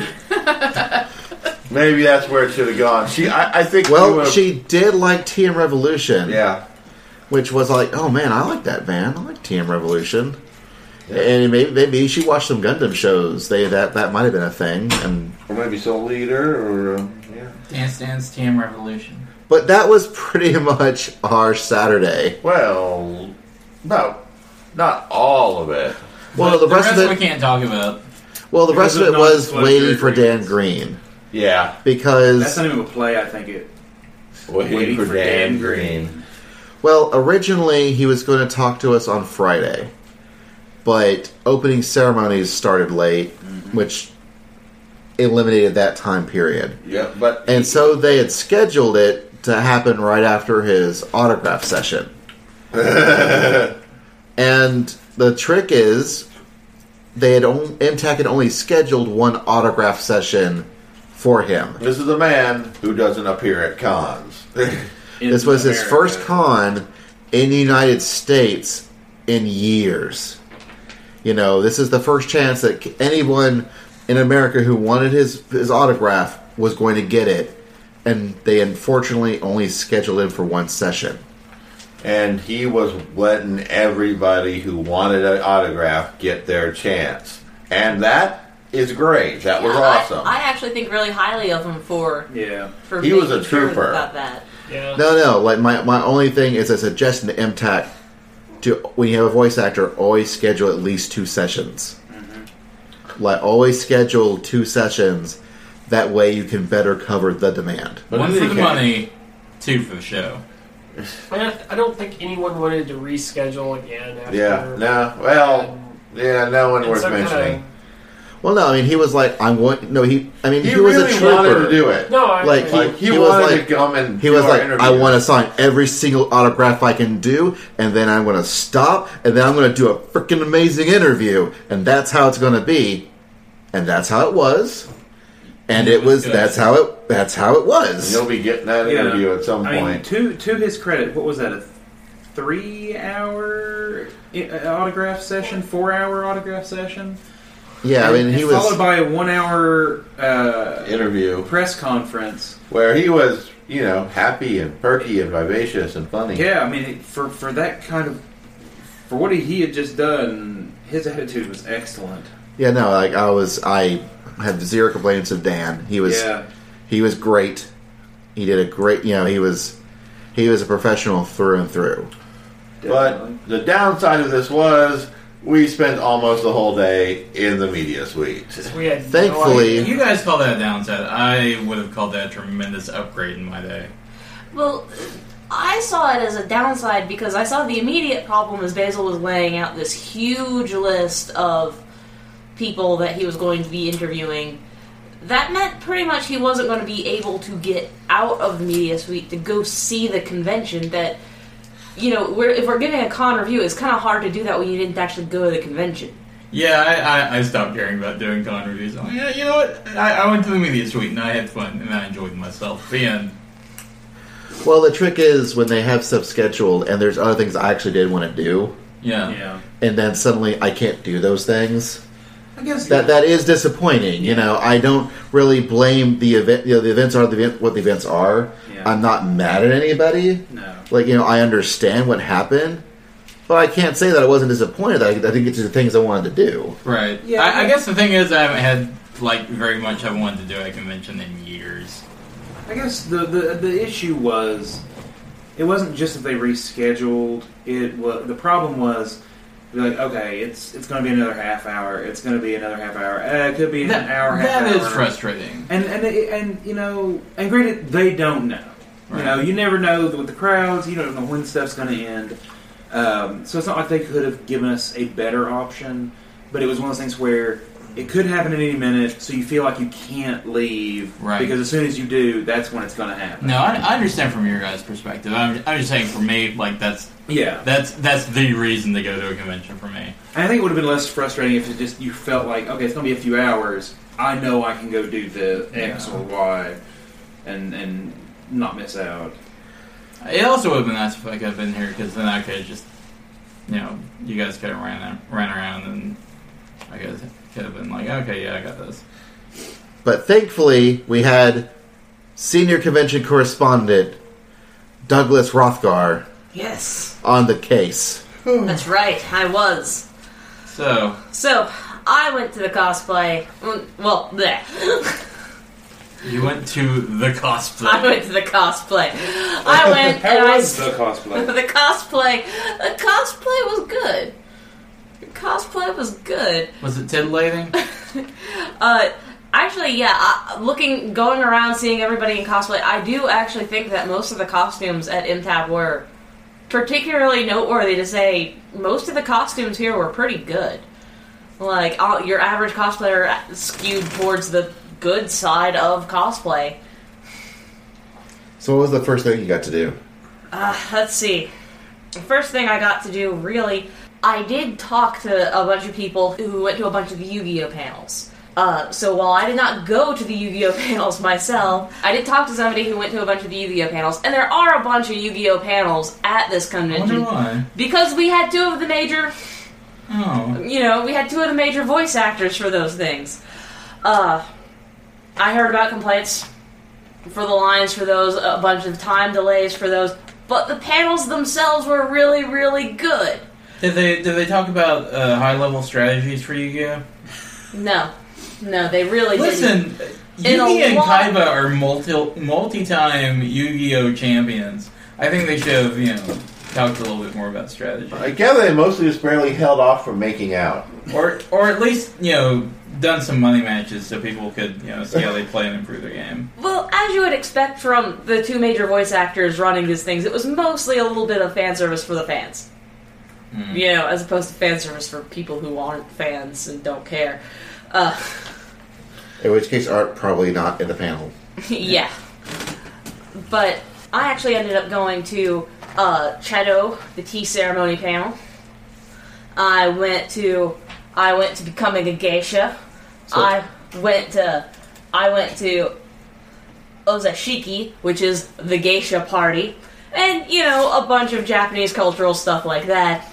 Speaker 6: Maybe that's where it should have gone. She, I, I think. we
Speaker 1: Well,
Speaker 6: would've-
Speaker 1: she did like TM Revolution,
Speaker 6: Yeah.
Speaker 1: which was like, oh man, I like that band. I like TM Revolution. And maybe, maybe she watched some Gundam shows. They that that might have been a thing. And
Speaker 6: Or maybe Soul Leader, or. Um, yeah.
Speaker 2: Dance Dance Team Revolution.
Speaker 1: but that was pretty much our Saturday.
Speaker 6: Well, no. Not all of it.
Speaker 1: Well, the, rest, of
Speaker 2: we
Speaker 1: it.
Speaker 2: can't talk about.
Speaker 1: Well, the rest
Speaker 5: Because
Speaker 1: of it
Speaker 5: of
Speaker 1: was
Speaker 5: non-disclosure
Speaker 1: waiting for Dan
Speaker 5: agreements.
Speaker 1: Green
Speaker 6: Yeah.
Speaker 5: That's
Speaker 1: because
Speaker 5: not even a play. I think it.
Speaker 6: Waiting, for, Dan, Green.
Speaker 1: well, originally he was going to talk to us on Friday, but opening ceremonies started late,
Speaker 5: Mm-hmm.
Speaker 1: which eliminated that time period.
Speaker 6: Yeah, but
Speaker 1: And so they had scheduled it to happen right after his autograph session. and the trick is, they had only, MTAC had only scheduled one autograph session for him.
Speaker 6: this is a man who doesn't appear at cons.
Speaker 5: in
Speaker 1: This was his
Speaker 5: America.
Speaker 1: first con in the United States in years. You know, this is the first chance that anyone in America who wanted his his autograph was going to get it, and they unfortunately only scheduled him for one session.
Speaker 6: and he was letting everybody who wanted an autograph get their chance. And that is great. That was
Speaker 4: Yeah, I-
Speaker 6: awesome.
Speaker 4: I, actually think really highly of him for
Speaker 5: Yeah.
Speaker 4: for
Speaker 6: He was a
Speaker 4: making sure
Speaker 6: trooper.
Speaker 4: about that.
Speaker 3: Yeah.
Speaker 1: No, no. Like my my only thing is a suggestion to MTAC to when you have a voice actor, always schedule at least two sessions. Like always schedule two sessions. That way you can better cover the demand.
Speaker 6: But
Speaker 2: One
Speaker 6: in
Speaker 2: for
Speaker 6: any
Speaker 2: the
Speaker 6: case-
Speaker 2: money, two for the show.
Speaker 3: I mean, I- I don't think anyone wanted to reschedule again. After
Speaker 6: Yeah, no, well, yeah, no one
Speaker 3: And
Speaker 6: worth
Speaker 3: some kinda-
Speaker 6: mentioning.
Speaker 1: Well, no, I mean he was like I'm going. No, he. I mean
Speaker 6: He,
Speaker 1: he, was
Speaker 6: really
Speaker 1: a trooper.
Speaker 6: wanted to do it.
Speaker 3: no, I
Speaker 1: Like,
Speaker 3: I-
Speaker 6: Like, he,
Speaker 1: He was
Speaker 6: wanted
Speaker 1: like-
Speaker 6: to come and
Speaker 1: He
Speaker 6: do
Speaker 1: was
Speaker 6: our
Speaker 1: like, I
Speaker 6: interview.
Speaker 1: want to sign every single autograph I can do, and then I'm going to stop, and then I'm going to do a freaking amazing interview, and that's how it's going to be, and that's how it was, and it was
Speaker 2: Good.
Speaker 1: that's how it that's how it
Speaker 6: And
Speaker 1: was.
Speaker 6: You'll be getting that
Speaker 5: Yeah.
Speaker 6: interview at some
Speaker 5: I mean,
Speaker 6: point.
Speaker 5: to to his credit, what was that? A eh, three hour autograph session? Four hour autograph session?
Speaker 1: Yeah, I mean, he
Speaker 5: And
Speaker 1: was.
Speaker 5: followed by a one-hour uh,
Speaker 7: interview
Speaker 5: press conference.
Speaker 7: where he was, you know, happy and perky and vivacious and funny.
Speaker 5: Yeah, I mean, it- for for that kind of for what he had just done, his attitude was excellent.
Speaker 1: Yeah, no, like I was, I have zero complaints of Dan. He was,
Speaker 5: yeah,
Speaker 1: he was great. He did a great, you know, he was, he was a professional through and through.
Speaker 5: definitely.
Speaker 7: But the downside of this was we spent almost the whole day in the media suite.
Speaker 3: We had no
Speaker 1: Thankfully-
Speaker 3: idea.
Speaker 2: You guys call that a downside. I would have called that a tremendous upgrade in my day.
Speaker 4: Well, I saw it as a downside because I saw the immediate problem as Basil was laying out this huge list of people that he was going to be interviewing. That meant pretty much he wasn't going to be able to get out of the media suite to go see the convention. That you know, we're, if we're giving a con review, it's kind of hard to do that when you didn't actually go to the convention.
Speaker 2: Yeah, I, I, I stopped caring about doing con reviews. Oh, yeah, you know what? I, I went to the media suite and I had fun and I enjoyed myself. The end.
Speaker 1: Well, the trick is when they have stuff scheduled and there's other things I actually did want to do,
Speaker 2: Yeah.
Speaker 5: yeah.
Speaker 1: and then suddenly I can't do those things.
Speaker 5: I guess
Speaker 1: that that is disappointing. You know, I don't really blame the event. You know, the events are the event, what the events are.
Speaker 5: Yeah.
Speaker 1: I'm not mad at anybody.
Speaker 5: no.
Speaker 1: Like you know, I understand what happened, but I can't say that I wasn't disappointed. I, I didn't get to the things I wanted to do.
Speaker 2: Right.
Speaker 5: Yeah.
Speaker 2: I, I guess the thing is, I haven't had like very much I wanted to do at a convention in years.
Speaker 5: I guess the, the the issue was it wasn't just that they rescheduled. It was the problem was they're like okay, it's it's going to be another half hour. It's going to be another half hour. Uh, it could be an
Speaker 2: That-
Speaker 5: hour. Half
Speaker 2: that
Speaker 5: hour.
Speaker 2: is frustrating.
Speaker 5: And and it- and you know, and granted, they don't know. You
Speaker 2: Right.
Speaker 5: know, you never know with the crowds. You don't know when stuff's going to end. Um, so it's not like they could have given us a better option. But it was one of those things where it could happen at any minute, so you feel like you can't leave
Speaker 2: Right.
Speaker 5: because as soon as you do, that's when it's going to happen.
Speaker 2: No, I, I understand from your guys' perspective. I'm, I'm just saying, for me, like that's
Speaker 5: Yeah,
Speaker 2: that's that's the reason to go to a convention for me.
Speaker 5: And I think it would have been less frustrating if it just you felt like okay, it's going to be a few hours. I know I can go do the X or Y, and and not miss out.
Speaker 2: It also would have been nice if I could have been here because then I could have just, you know, you guys could have ran ran around and I could could have been like, okay, yeah, I got this.
Speaker 1: But thankfully, we had senior convention correspondent Douglas Rothgar
Speaker 4: Yes,
Speaker 1: on the case.
Speaker 4: that's right. I was.
Speaker 2: So
Speaker 4: So, I went to the cosplay. Well, bleh.
Speaker 2: you went to the cosplay.
Speaker 4: I went to the cosplay. I went and I.
Speaker 5: How was the cosplay?
Speaker 4: the cosplay. The cosplay was good. The cosplay was good.
Speaker 2: Was it titillating?
Speaker 4: Uh, actually, yeah. I, looking, going around, seeing everybody in cosplay, I do actually think that most of the costumes at MTAB were particularly noteworthy. To say most of the costumes here were pretty good. Like all, your average cosplayer skewed towards the good side of cosplay.
Speaker 1: So, what was the first thing you got to do?
Speaker 4: Uh, let's see. The first thing I got to do, really, I did talk to a bunch of people who went to a bunch of Yu Gi Oh panels. Uh, so while I did not go to the Yu Gi Oh panels myself, I did talk to somebody who went to a bunch of the Yu Gi Oh panels, and there are a bunch of Yu Gi Oh panels at this
Speaker 2: I wonder
Speaker 4: convention.
Speaker 2: why.
Speaker 4: Because we had two of the major
Speaker 2: Oh,
Speaker 4: you know, we had two of the major voice actors for those things. Uh, I heard about complaints for the lines for those, a bunch of time delays for those, but the panels themselves were really, really good.
Speaker 2: did they did they talk about uh, high level strategies for Yu-Gi-Oh?
Speaker 4: No, no, they really didn't.
Speaker 2: Listen,
Speaker 4: In a
Speaker 2: Yugi and
Speaker 4: lot-
Speaker 2: Kaiba are multi multi time Yu-Gi-Oh champions. I think they should have you know talked a little bit more about strategy,
Speaker 7: I gather they mostly just barely held off from making out.
Speaker 2: or or at least you know done some money matches so people could you know see how they play and improve their game.
Speaker 4: Well, as you would expect from the two major voice actors running these things, it was mostly a little bit of fan service for the fans.
Speaker 2: Mm.
Speaker 4: You know, as opposed to fan service for people who aren't fans and don't care. Uh,
Speaker 1: In which case, Art probably not in the panel.
Speaker 4: yeah. But I actually ended up going to uh, Cheto, the tea ceremony panel. I went to I went to becoming a geisha.
Speaker 1: So-
Speaker 4: I went to I went to Ozashiki, which is the geisha party, and you know a bunch of Japanese cultural stuff like that,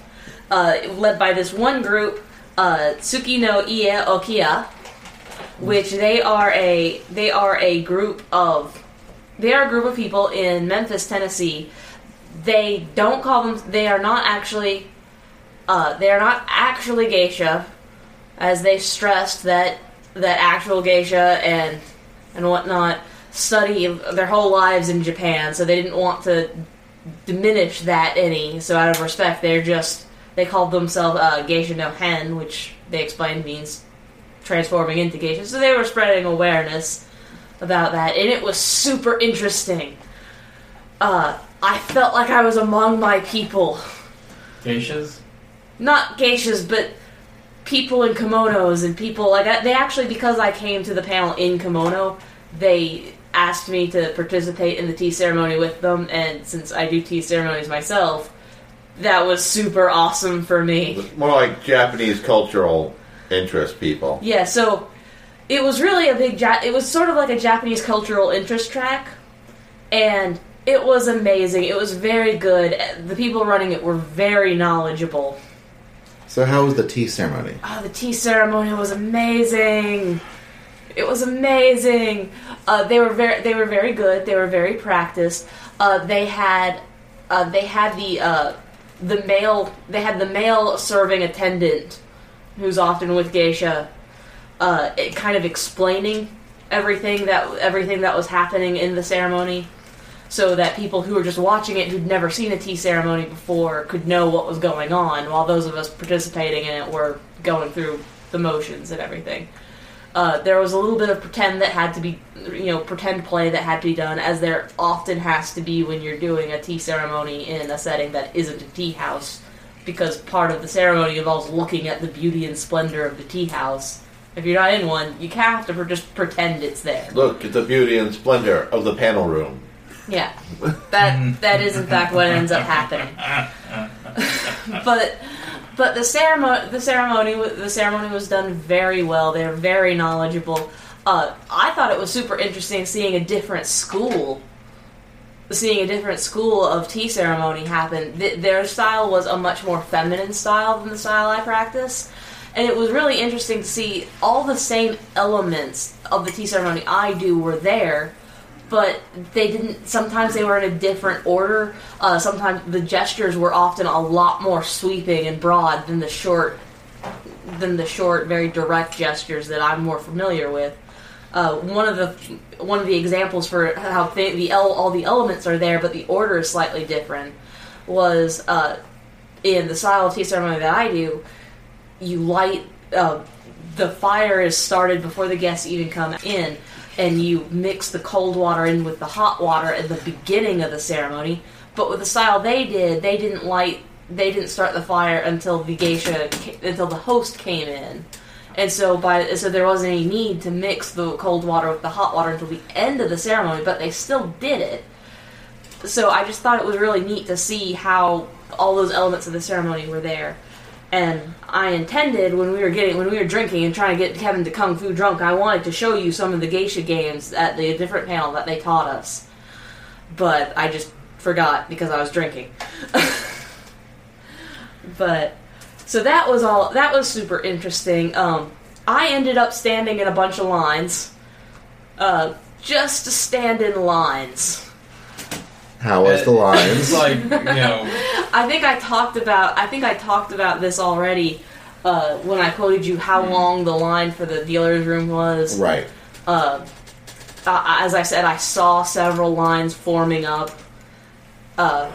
Speaker 4: uh, led by this one group uh, Tsuki no Ie Okiya, which they are a they are a group of they are a group of people in Memphis, Tennessee. They don't call them. They are not actually. Uh, they are not actually geisha, as they stressed that that actual geisha and and whatnot study their whole lives in Japan, so they didn't want to diminish that any. So out of respect, they're just they called themselves uh, geisha no hen, which they explained means transforming into geisha. So they were spreading awareness about that, and it was super interesting. Uh, I felt like I was among my people,
Speaker 2: Geishas?
Speaker 4: not geishas, but people in kimonos and people like I- they actually because I came to the panel in kimono, they asked me to participate in the tea ceremony with them, and since I do tea ceremonies myself, that was super awesome for me.
Speaker 7: More like Japanese cultural interest people.
Speaker 4: Yeah, so it was really a big. Ja- it was sort of like a Japanese cultural interest track, and it was amazing. It was very good. The people running it were very knowledgeable.
Speaker 1: So how was the tea ceremony?
Speaker 4: Oh, the tea ceremony was amazing. It was amazing. Uh, they were very they were very good. They were very practiced. Uh, they had uh, they had the uh, the male they had the male serving attendant who's often with geisha uh, it kind of explaining everything that everything that was happening in the ceremony so that people who were just watching it who'd never seen a tea ceremony before could know what was going on while those of us participating in it were going through the motions and everything uh, there was a little bit of pretend that had to be you know pretend play that had to be done as there often has to be when you're doing a tea ceremony in a setting that isn't a tea house because part of the ceremony involves looking at the beauty and splendor of the tea house if you're not in one you have to pre- just pretend it's there
Speaker 7: Look at the beauty and splendor of the panel room.
Speaker 4: yeah, that that is in fact what ends up happening. but but the ceremony the ceremony wa- the ceremony was done very well. They're very knowledgeable. Uh, I thought it was super interesting seeing a different school, seeing a different school of tea ceremony happen. Th- their style was a much more feminine style than the style I practice. And it was really interesting to see all the same elements of the tea ceremony I do were there, but they didn't sometimes they were in a different order uh, sometimes the gestures were often a lot more sweeping and broad than the short than the short very direct gestures that i'm more familiar with uh, one of the one of the examples for how th- the el- all the elements are there but the order is slightly different was uh, in the style of tea ceremony that i do you light uh, the fire is started before the guests even come in and you mix the cold water in with the hot water at the beginning of the ceremony but with the style they did they didn't light they didn't start the fire until the geisha ca- until the host came in and so by so there wasn't any need to mix the cold water with the hot water until the end of the ceremony but they still did it so I just thought it was really neat to see how all those elements of the ceremony were there. And I intended when we were getting when we were drinking and trying to get Kevin to kung fu drunk, I wanted to show you some of the geisha games at the different panel that they taught us. But I just forgot because I was drinking. but so that was all that was super interesting. Um, I ended up standing in a bunch of lines. Uh, just to stand in lines.
Speaker 1: How was the
Speaker 2: It's
Speaker 1: lines?
Speaker 2: like, you know,
Speaker 4: I think I talked about I think I talked about this already uh, when I quoted you how long the line for the dealer's room was.
Speaker 1: right.
Speaker 4: Uh, uh, as I said, I saw several lines forming up. Uh,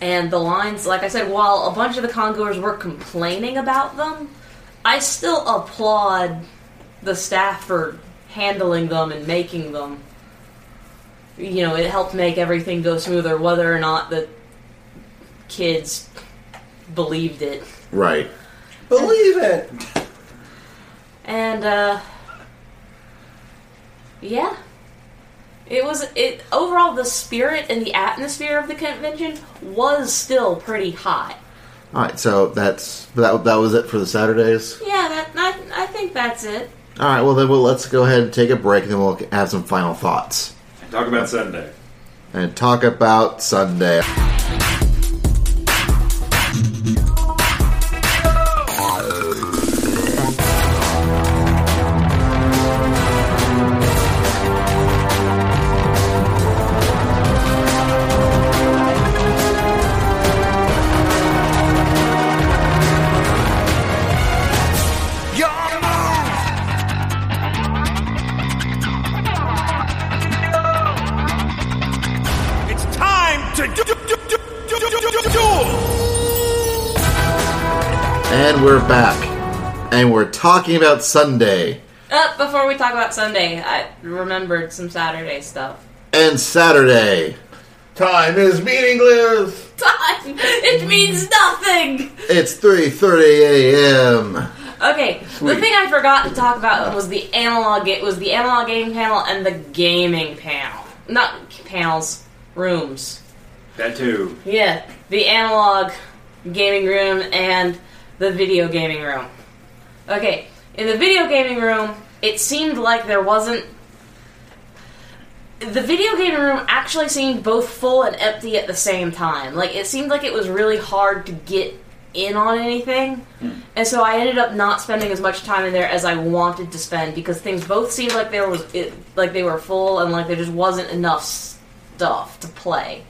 Speaker 4: and the lines, like I said, while a bunch of the congoers were complaining about them, I still applaud the staff for handling them and making them. You know, it helped make everything go smoother, whether or not the kids believed it.
Speaker 1: Right.
Speaker 7: Believe it.
Speaker 4: and uh, yeah, it was it overall the spirit and the atmosphere of the convention was still pretty hot.
Speaker 1: All right. So that's that. That was it for the Saturdays.
Speaker 4: Yeah, that I, I think that's it.
Speaker 1: All right. Well, then we'll, let's go ahead and take a break, and then we'll have some final thoughts
Speaker 5: Talk about Sunday.
Speaker 1: and talk about Sunday. And we're back. And we're talking about Sunday.
Speaker 4: Uh, before we talk about Sunday, I remembered some Saturday stuff.
Speaker 1: And Saturday.
Speaker 6: Time is meaningless.
Speaker 4: Time! It means nothing!
Speaker 1: It's 3.30 a.m.
Speaker 4: Okay, the thing I forgot to talk about was the analog. It was the analog gaming panel and the gaming panel, not panels, rooms.
Speaker 5: That too.
Speaker 4: Yeah, the analog gaming room and the video gaming room. Okay, in the video gaming room, it seemed like there wasn't. The video gaming room actually seemed both full and empty at the same time. Like, it seemed like it was really hard to get in on anything. And so I ended up not spending as much time in there as I wanted to spend because things both seemed like there was it, like they were full and like there just wasn't enough stuff to play.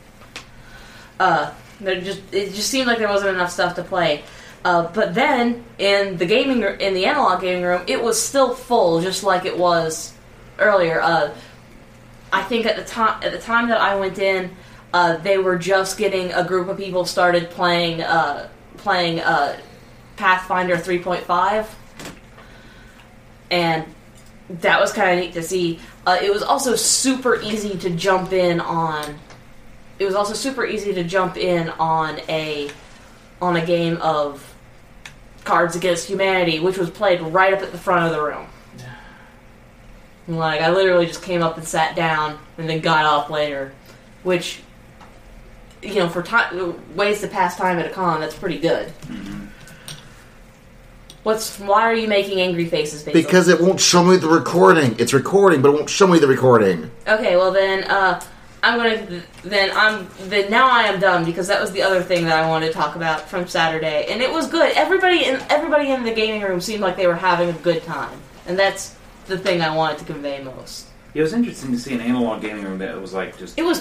Speaker 4: Uh, there just it just seemed like there wasn't enough stuff to play. Uh, but then in the gaming r- in the analog gaming room, it was still full, just like it was earlier. Uh, I think at the time at the time that I went in, uh, they were just getting a group of people started playing uh, playing uh, Pathfinder 3.5, and that was kind of neat to see. Uh, it was also super easy to jump in on. It was also super easy to jump in on a on a game of Cards Against Humanity, which was played right up at the front of the room. Like I literally just came up and sat down, and then got off later, which you know for time ways to pass time at a con that's pretty good. What's why are you making angry faces? Basil?
Speaker 1: Because it won't show me the recording. It's recording, but it won't show me the recording.
Speaker 4: Okay, well then, uh, I'm gonna then I'm then now I am done because that was the other thing that I wanted to talk about from Saturday, and it was good. Everybody in everybody in the gaming room seemed like they were having a good time, and that's the thing I wanted to convey most.
Speaker 5: It was interesting to see an analog gaming room that was like just
Speaker 4: It was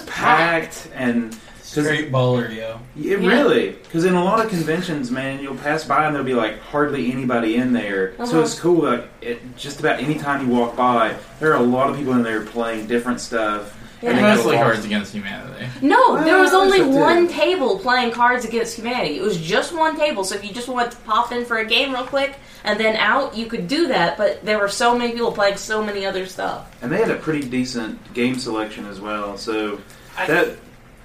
Speaker 5: packed
Speaker 4: packed.
Speaker 5: and
Speaker 2: Straight baller, yo.
Speaker 5: It
Speaker 4: Yeah.
Speaker 5: really, because in a lot of conventions, man, you'll pass by and there'll be like hardly anybody in there.
Speaker 4: Uh-huh.
Speaker 5: So it's cool. Like, it, just about any time you walk by, there are a lot of people in there playing different stuff.
Speaker 4: Yeah.
Speaker 5: they got a
Speaker 2: Mostly
Speaker 5: lot-
Speaker 2: Cards Against Humanity.
Speaker 4: No, there was
Speaker 5: Well,
Speaker 4: only
Speaker 5: yes, it did.
Speaker 4: one table playing Cards Against Humanity. It was just one table, so if you just wanted to pop in for a game real quick and then out, you could do that. But there were so many people playing so many other stuff.
Speaker 5: And they had a pretty decent game selection as well. So
Speaker 3: I-
Speaker 5: that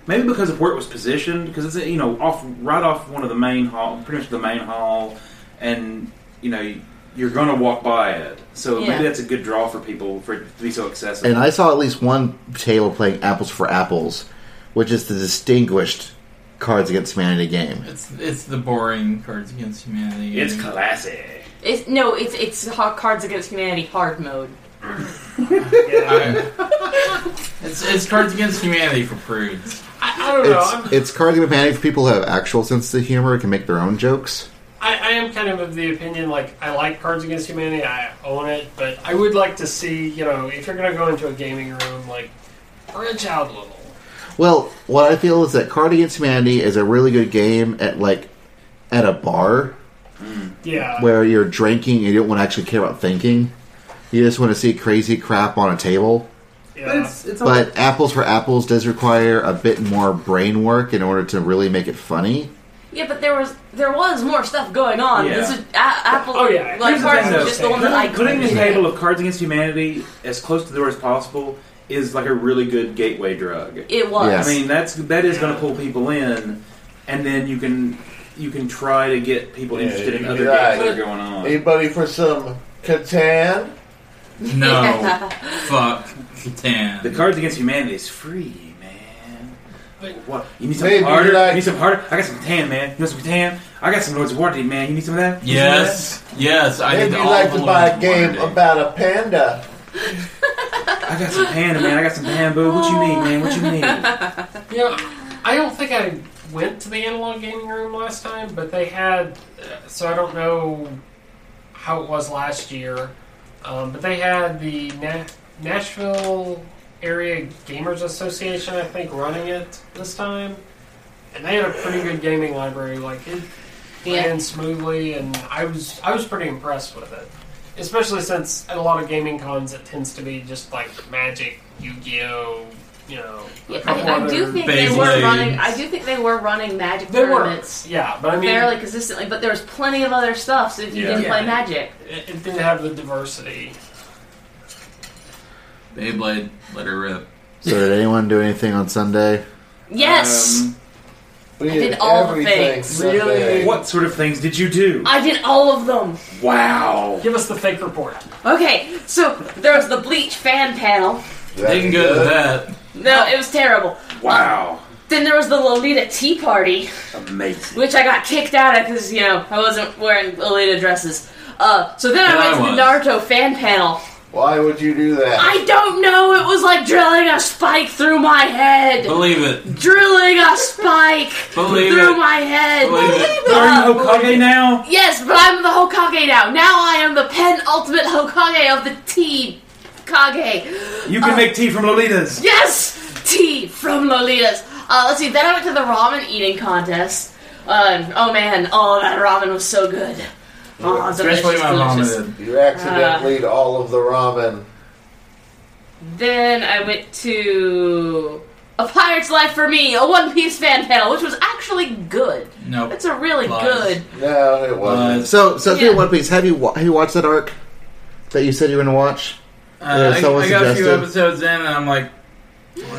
Speaker 5: maybe because of where it was positioned, because it's you know off right off one of the main hall, pretty much the main hall, and you know you're going to walk by it. So
Speaker 4: Yeah.
Speaker 5: maybe that's a good draw for people for it to be so accessible.
Speaker 1: And I saw at least one table playing Apples for Apples, which is the distinguished Cards Against Humanity game.
Speaker 2: It's it's the boring Cards Against Humanity.
Speaker 5: it's classic.
Speaker 4: It's, no, it's it's ha- Cards Against Humanity hard mode.
Speaker 2: I- it's it's Cards Against Humanity for prudes.
Speaker 3: I, I don't know. I'm,
Speaker 1: It's, it's Cards Against Humanity for people who have actual sense of humor can make their own jokes.
Speaker 3: I, I am kind of of the opinion like I like Cards Against Humanity, I own it, but I would like to see you know if you're gonna go into a gaming room like branch out a little.
Speaker 1: Well, what I feel is that Cards Against Humanity is a really good game at like at a bar
Speaker 3: Yeah,
Speaker 1: where you're drinking and you don't want to actually care about thinking. You just want to see crazy crap on a table.
Speaker 5: But
Speaker 3: yeah.
Speaker 5: it's, it's a
Speaker 1: But Apples for Apples does require a bit more brain work in order to really make it funny.
Speaker 4: Yeah, but there was there was more stuff going on.
Speaker 5: Yeah.
Speaker 4: This is, a- Apple.
Speaker 3: Oh, yeah.
Speaker 4: like
Speaker 3: Here's the
Speaker 4: Cards
Speaker 5: thing,
Speaker 4: was
Speaker 5: though.
Speaker 4: just the one that I
Speaker 5: Putting the
Speaker 4: couldn't
Speaker 5: table of Cards Against Humanity as close to the door as possible is like a really good gateway drug.
Speaker 4: It was.
Speaker 1: Yeah.
Speaker 5: I mean, that's that is going to pull people in, and then you can you can try to get people
Speaker 6: Yeah,
Speaker 5: interested in
Speaker 6: you
Speaker 5: other games
Speaker 6: can do
Speaker 5: that
Speaker 6: that.
Speaker 5: are going on.
Speaker 6: Anybody for some Catan?
Speaker 2: No, fuck Catan.
Speaker 5: the Cards Against Humanity is free, man.
Speaker 3: But-
Speaker 5: What you need some
Speaker 6: Maybe
Speaker 5: harder?
Speaker 6: like-
Speaker 5: you need some harder? I got some tan, man. You want some tan? I got some Lords of Waterdeep, man. You need some of that? You need
Speaker 2: Yes,
Speaker 5: some of
Speaker 2: yes. I
Speaker 6: Maybe
Speaker 2: did
Speaker 6: you
Speaker 2: all
Speaker 6: like
Speaker 2: the
Speaker 6: to buy a
Speaker 2: Lords
Speaker 6: game
Speaker 2: of Waterdeep.
Speaker 6: about a panda.
Speaker 5: that? I got some panda, man. I got some bamboo. What you need, man? What you need?
Speaker 3: You know, I don't think I went to the analog gaming room last time, but they had, uh, so I don't know how it was last year, um, but they had the Na- Nashville Area Gamers Association, I think, running it this time. And they had a pretty good gaming library. Like, it
Speaker 4: Yeah.
Speaker 3: ran smoothly, and I was, I was pretty impressed with it. Especially since at a lot of gaming cons, it tends to be just like Magic, Yu Gi Oh! you know,
Speaker 4: Yeah,
Speaker 3: a couple
Speaker 4: I, I
Speaker 3: other.
Speaker 4: do think they
Speaker 2: Base
Speaker 4: were
Speaker 2: leagues.
Speaker 4: running. I do think they were running magic
Speaker 3: they were,
Speaker 4: tournaments
Speaker 3: yeah, but I mean,
Speaker 4: fairly consistently, but there was plenty of other stuff. So if you
Speaker 2: Yeah.
Speaker 4: didn't play
Speaker 3: Yeah.
Speaker 4: magic,
Speaker 3: it, it didn't have the diversity.
Speaker 2: Beyblade, let her rip.
Speaker 1: So did anyone do anything on Sunday?
Speaker 4: yes,
Speaker 5: Um,
Speaker 7: We
Speaker 4: did all the things.
Speaker 7: Sunday.
Speaker 3: Really?
Speaker 5: what sort of things did you do?
Speaker 4: I did all of them.
Speaker 5: Wow.
Speaker 3: Give us the fake report.
Speaker 4: Okay, so there was the Bleach fan panel.
Speaker 7: That
Speaker 2: They can go to that.
Speaker 4: No, it was terrible.
Speaker 5: Wow.
Speaker 4: Then there was the Lolita Tea Party,
Speaker 5: Amazing.
Speaker 4: which I got kicked out of because you know I wasn't wearing Lolita dresses. Uh, so then I
Speaker 2: Yeah,
Speaker 4: went
Speaker 2: I
Speaker 4: to the Naruto fan panel.
Speaker 7: Why would you do that?
Speaker 4: I don't know. It was like drilling a spike through my head.
Speaker 2: Believe it.
Speaker 4: drilling a spike
Speaker 2: Oh. Believe
Speaker 4: through
Speaker 2: it.
Speaker 4: my head.
Speaker 2: Believe it.
Speaker 4: Uh,
Speaker 5: Are you Hokage now?
Speaker 4: yes, but I'm the Hokage now. Now I am the penultimate Hokage of the tea Kage.
Speaker 5: You can make tea from Lolitas.
Speaker 4: Oh. Yes, tea from Lolita's. Uh, let's see. Then I went to the ramen eating contest. Uh, oh man, oh that ramen was so good. Oh, delicious,
Speaker 2: Especially my mom
Speaker 4: delicious.
Speaker 2: did.
Speaker 7: you accidentally ate all of the ramen.
Speaker 4: Then I went to a Pirate's Life for me, a One Piece fan panel, which was actually good.
Speaker 2: Nope. Uh,
Speaker 4: It's a really
Speaker 2: Lies.
Speaker 4: good
Speaker 7: No, it wasn't.
Speaker 2: Was,
Speaker 1: So, so yeah.
Speaker 4: Yeah.
Speaker 1: One Piece, have you wa- have you watched that arc that you said you were going to watch?
Speaker 2: uh, I, I got
Speaker 1: someone
Speaker 2: a few
Speaker 1: suggested.
Speaker 2: episodes in, and I'm like, uh,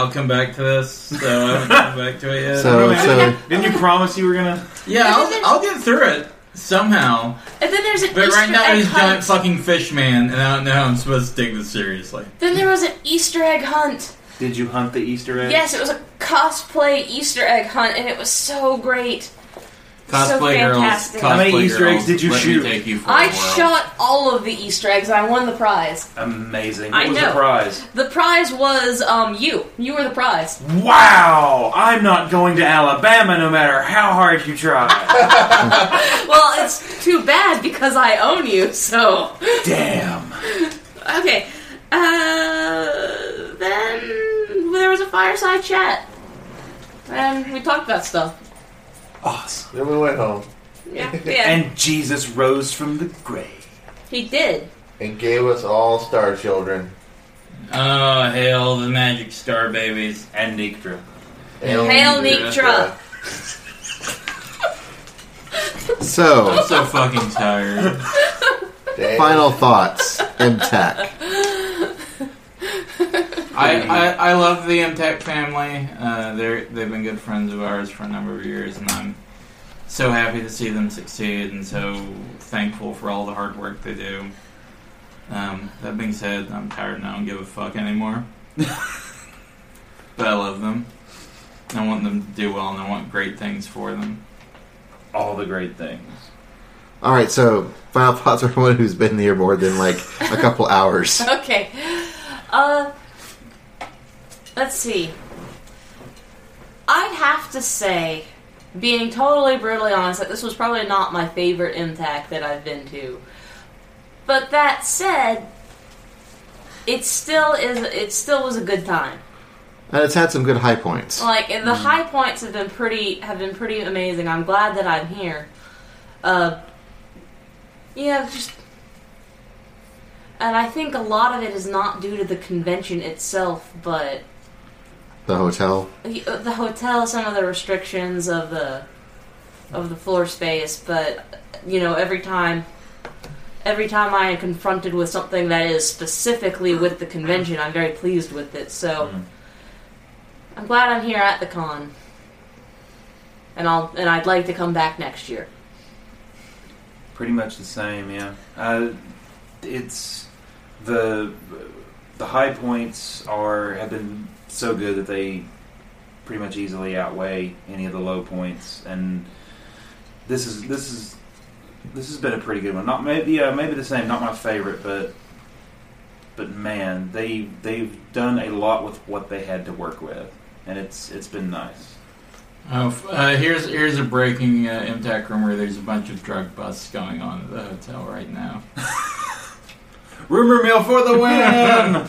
Speaker 2: I'll come back to this. So I haven't come back to it yet.
Speaker 1: So,
Speaker 8: Okay.
Speaker 1: so
Speaker 8: Didn't you promise you were gonna?
Speaker 2: yeah, I'll, I'll get through it somehow.
Speaker 4: And then there's an
Speaker 2: But
Speaker 4: Easter
Speaker 2: right now
Speaker 4: egg
Speaker 2: he's
Speaker 4: hunt.
Speaker 2: giant fucking fish man, and I don't know how I'm supposed to take this seriously.
Speaker 4: then there was an Easter egg hunt.
Speaker 5: Did you hunt the Easter egg?
Speaker 4: Yes, it was a cosplay Easter egg hunt, and it was so great. So
Speaker 2: Cosplay girls,
Speaker 4: fantastic.
Speaker 2: cosplay
Speaker 4: How
Speaker 5: many
Speaker 2: girls,
Speaker 5: Easter eggs did you
Speaker 2: let me
Speaker 5: shoot?
Speaker 2: take you for a
Speaker 4: I
Speaker 2: whirl.
Speaker 4: shot all of the Easter eggs. and I won the prize.
Speaker 5: Amazing.
Speaker 4: I
Speaker 5: What was
Speaker 4: know.
Speaker 5: the prize?
Speaker 4: The prize was um you. You were the prize.
Speaker 5: Wow! I'm not going to Alabama no matter how hard you try.
Speaker 4: well, it's too bad because I own you. So
Speaker 5: Damn.
Speaker 4: okay. Uh, then there was a fireside chat, and we talked about stuff.
Speaker 5: Awesome.
Speaker 7: Then we went home
Speaker 4: Yeah, yeah.
Speaker 5: And Jesus rose from the grave.
Speaker 4: he did.
Speaker 7: and gave us all Star Children.
Speaker 2: Oh, hail the magic star babies.
Speaker 5: And Nictra.
Speaker 7: And
Speaker 4: Hail
Speaker 2: Yeah.
Speaker 4: Nitra.
Speaker 2: I'm
Speaker 1: so
Speaker 2: so fucking tired.
Speaker 7: damn.
Speaker 1: final thoughts. MTech.
Speaker 2: I, I, I love the MTech family. Uh, they're, they've been good friends of ours for a number of years, and I'm so happy to see them succeed and so thankful for all the hard work they do. Um, that being said, I'm tired and I don't give a fuck anymore. but I love them. I want them to do well, and I want great things for them.
Speaker 8: All the great things.
Speaker 1: All right, so final thoughts for anyone who's been here more than like a couple hours.
Speaker 4: Okay. Uh, let's see. I'd have to say, being totally brutally honest, that this was probably not my favorite impact that I've been to. But that said, it still is. It still was a good time.
Speaker 1: And it's had some good high points.
Speaker 4: Like and the high points have been pretty have been pretty amazing. I'm glad that I'm here. Uh, yeah, just and I think a lot of it is not due to the convention itself, but
Speaker 1: The hotel.
Speaker 4: the uh, the hotel, some of the restrictions of the of the floor space. But you know, every time. Every time I am confronted with something that is specifically with the convention, I'm very pleased with it. So, I'm glad I'm here at the con. And I'll and I'd like to come back next year.
Speaker 8: Pretty much the same, yeah. Uh, it's the the high points are have been so good that they pretty much easily outweigh any of the low points, and this is this is this has been a pretty good one. Not maybe uh, maybe the same, not my favorite, but but man, they they've done a lot with what they had to work with, and it's it's been nice.
Speaker 2: Oh, f- uh, here's here's a breaking uh, MTech rumor. There's a bunch of drug busts going on at the hotel right now.
Speaker 8: Rumor mill for the win.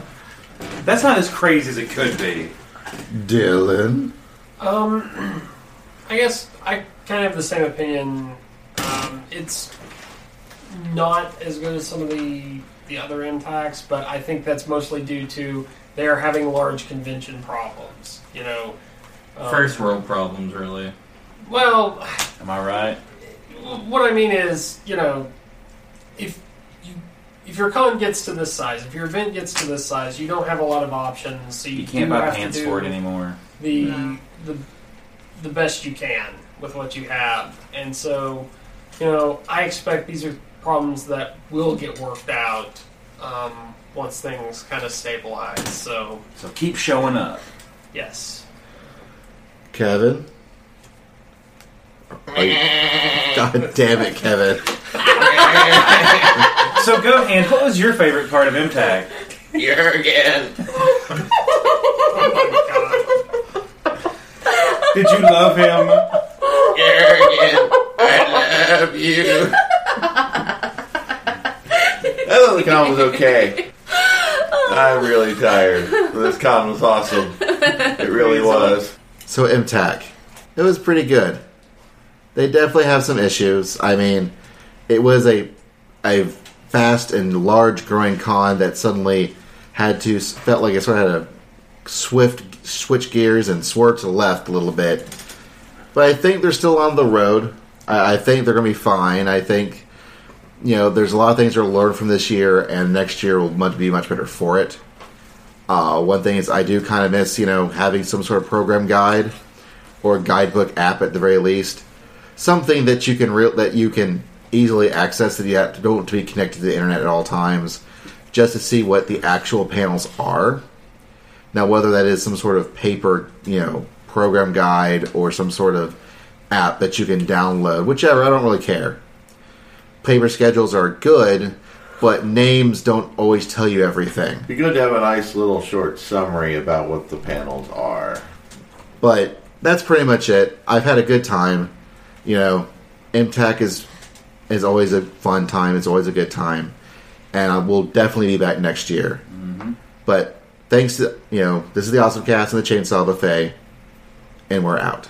Speaker 8: That's not as crazy as it could be.
Speaker 1: Dylan.
Speaker 3: Um, I guess I kind of have the same opinion. Um, it's not as good as some of the the other impacts, but I think that's mostly due to they are having large convention problems. You know, um,
Speaker 2: First world problems, really.
Speaker 3: Well,
Speaker 8: Am I right?
Speaker 3: what I mean is, you know, if you if your con gets to this size, if your event gets to this size, you don't have a lot of options. So you,
Speaker 8: You can't
Speaker 3: do
Speaker 8: buy
Speaker 3: have to
Speaker 8: pants
Speaker 3: do
Speaker 8: for it anymore.
Speaker 3: the
Speaker 4: No.
Speaker 3: the the best you can with what you have. And so, you know, I expect these are problems that will get worked out um, once things kind of stabilize. So,
Speaker 8: So keep showing up.
Speaker 3: yes.
Speaker 1: Kevin. Are you- God damn it, Kevin!
Speaker 8: So go and what was your favorite part of MTAG?
Speaker 5: You're again.
Speaker 3: Oh God.
Speaker 8: Did you love him?
Speaker 5: You're again.
Speaker 7: I love you. that other con was okay. I'm really tired. This con was awesome. It really was.
Speaker 1: So MTAC, it was pretty good. They definitely have some issues. I mean, it was a a fast and large growing con that suddenly had to felt like it sort of had to swift switch gears and swerve to the left a little bit. But I think they're still on the road. I, I think they're going to be fine. I think you know there's a lot of things to learn from this year, and next year will much be much better for it. Uh, one thing is I do kind of miss, you know, having some sort of program guide or guidebook app at the very least, something that you can re- that you can easily access that you have to, don't have to be connected to the internet at all times, just to see what the actual panels are. Now, whether that is some sort of paper, you know, program guide or some sort of app that you can download, whichever, I don't really care. Paper schedules are good, but names don't always tell you everything.
Speaker 7: It'd be good to have a nice little short summary about what the panels are.
Speaker 1: But that's pretty much it. I've had a good time. You know, MTech is is always a fun time. It's always a good time, and I will definitely be back next year. But thanks to you know, this is the Awesome Cast and the Chainsaw Buffet, and we're out.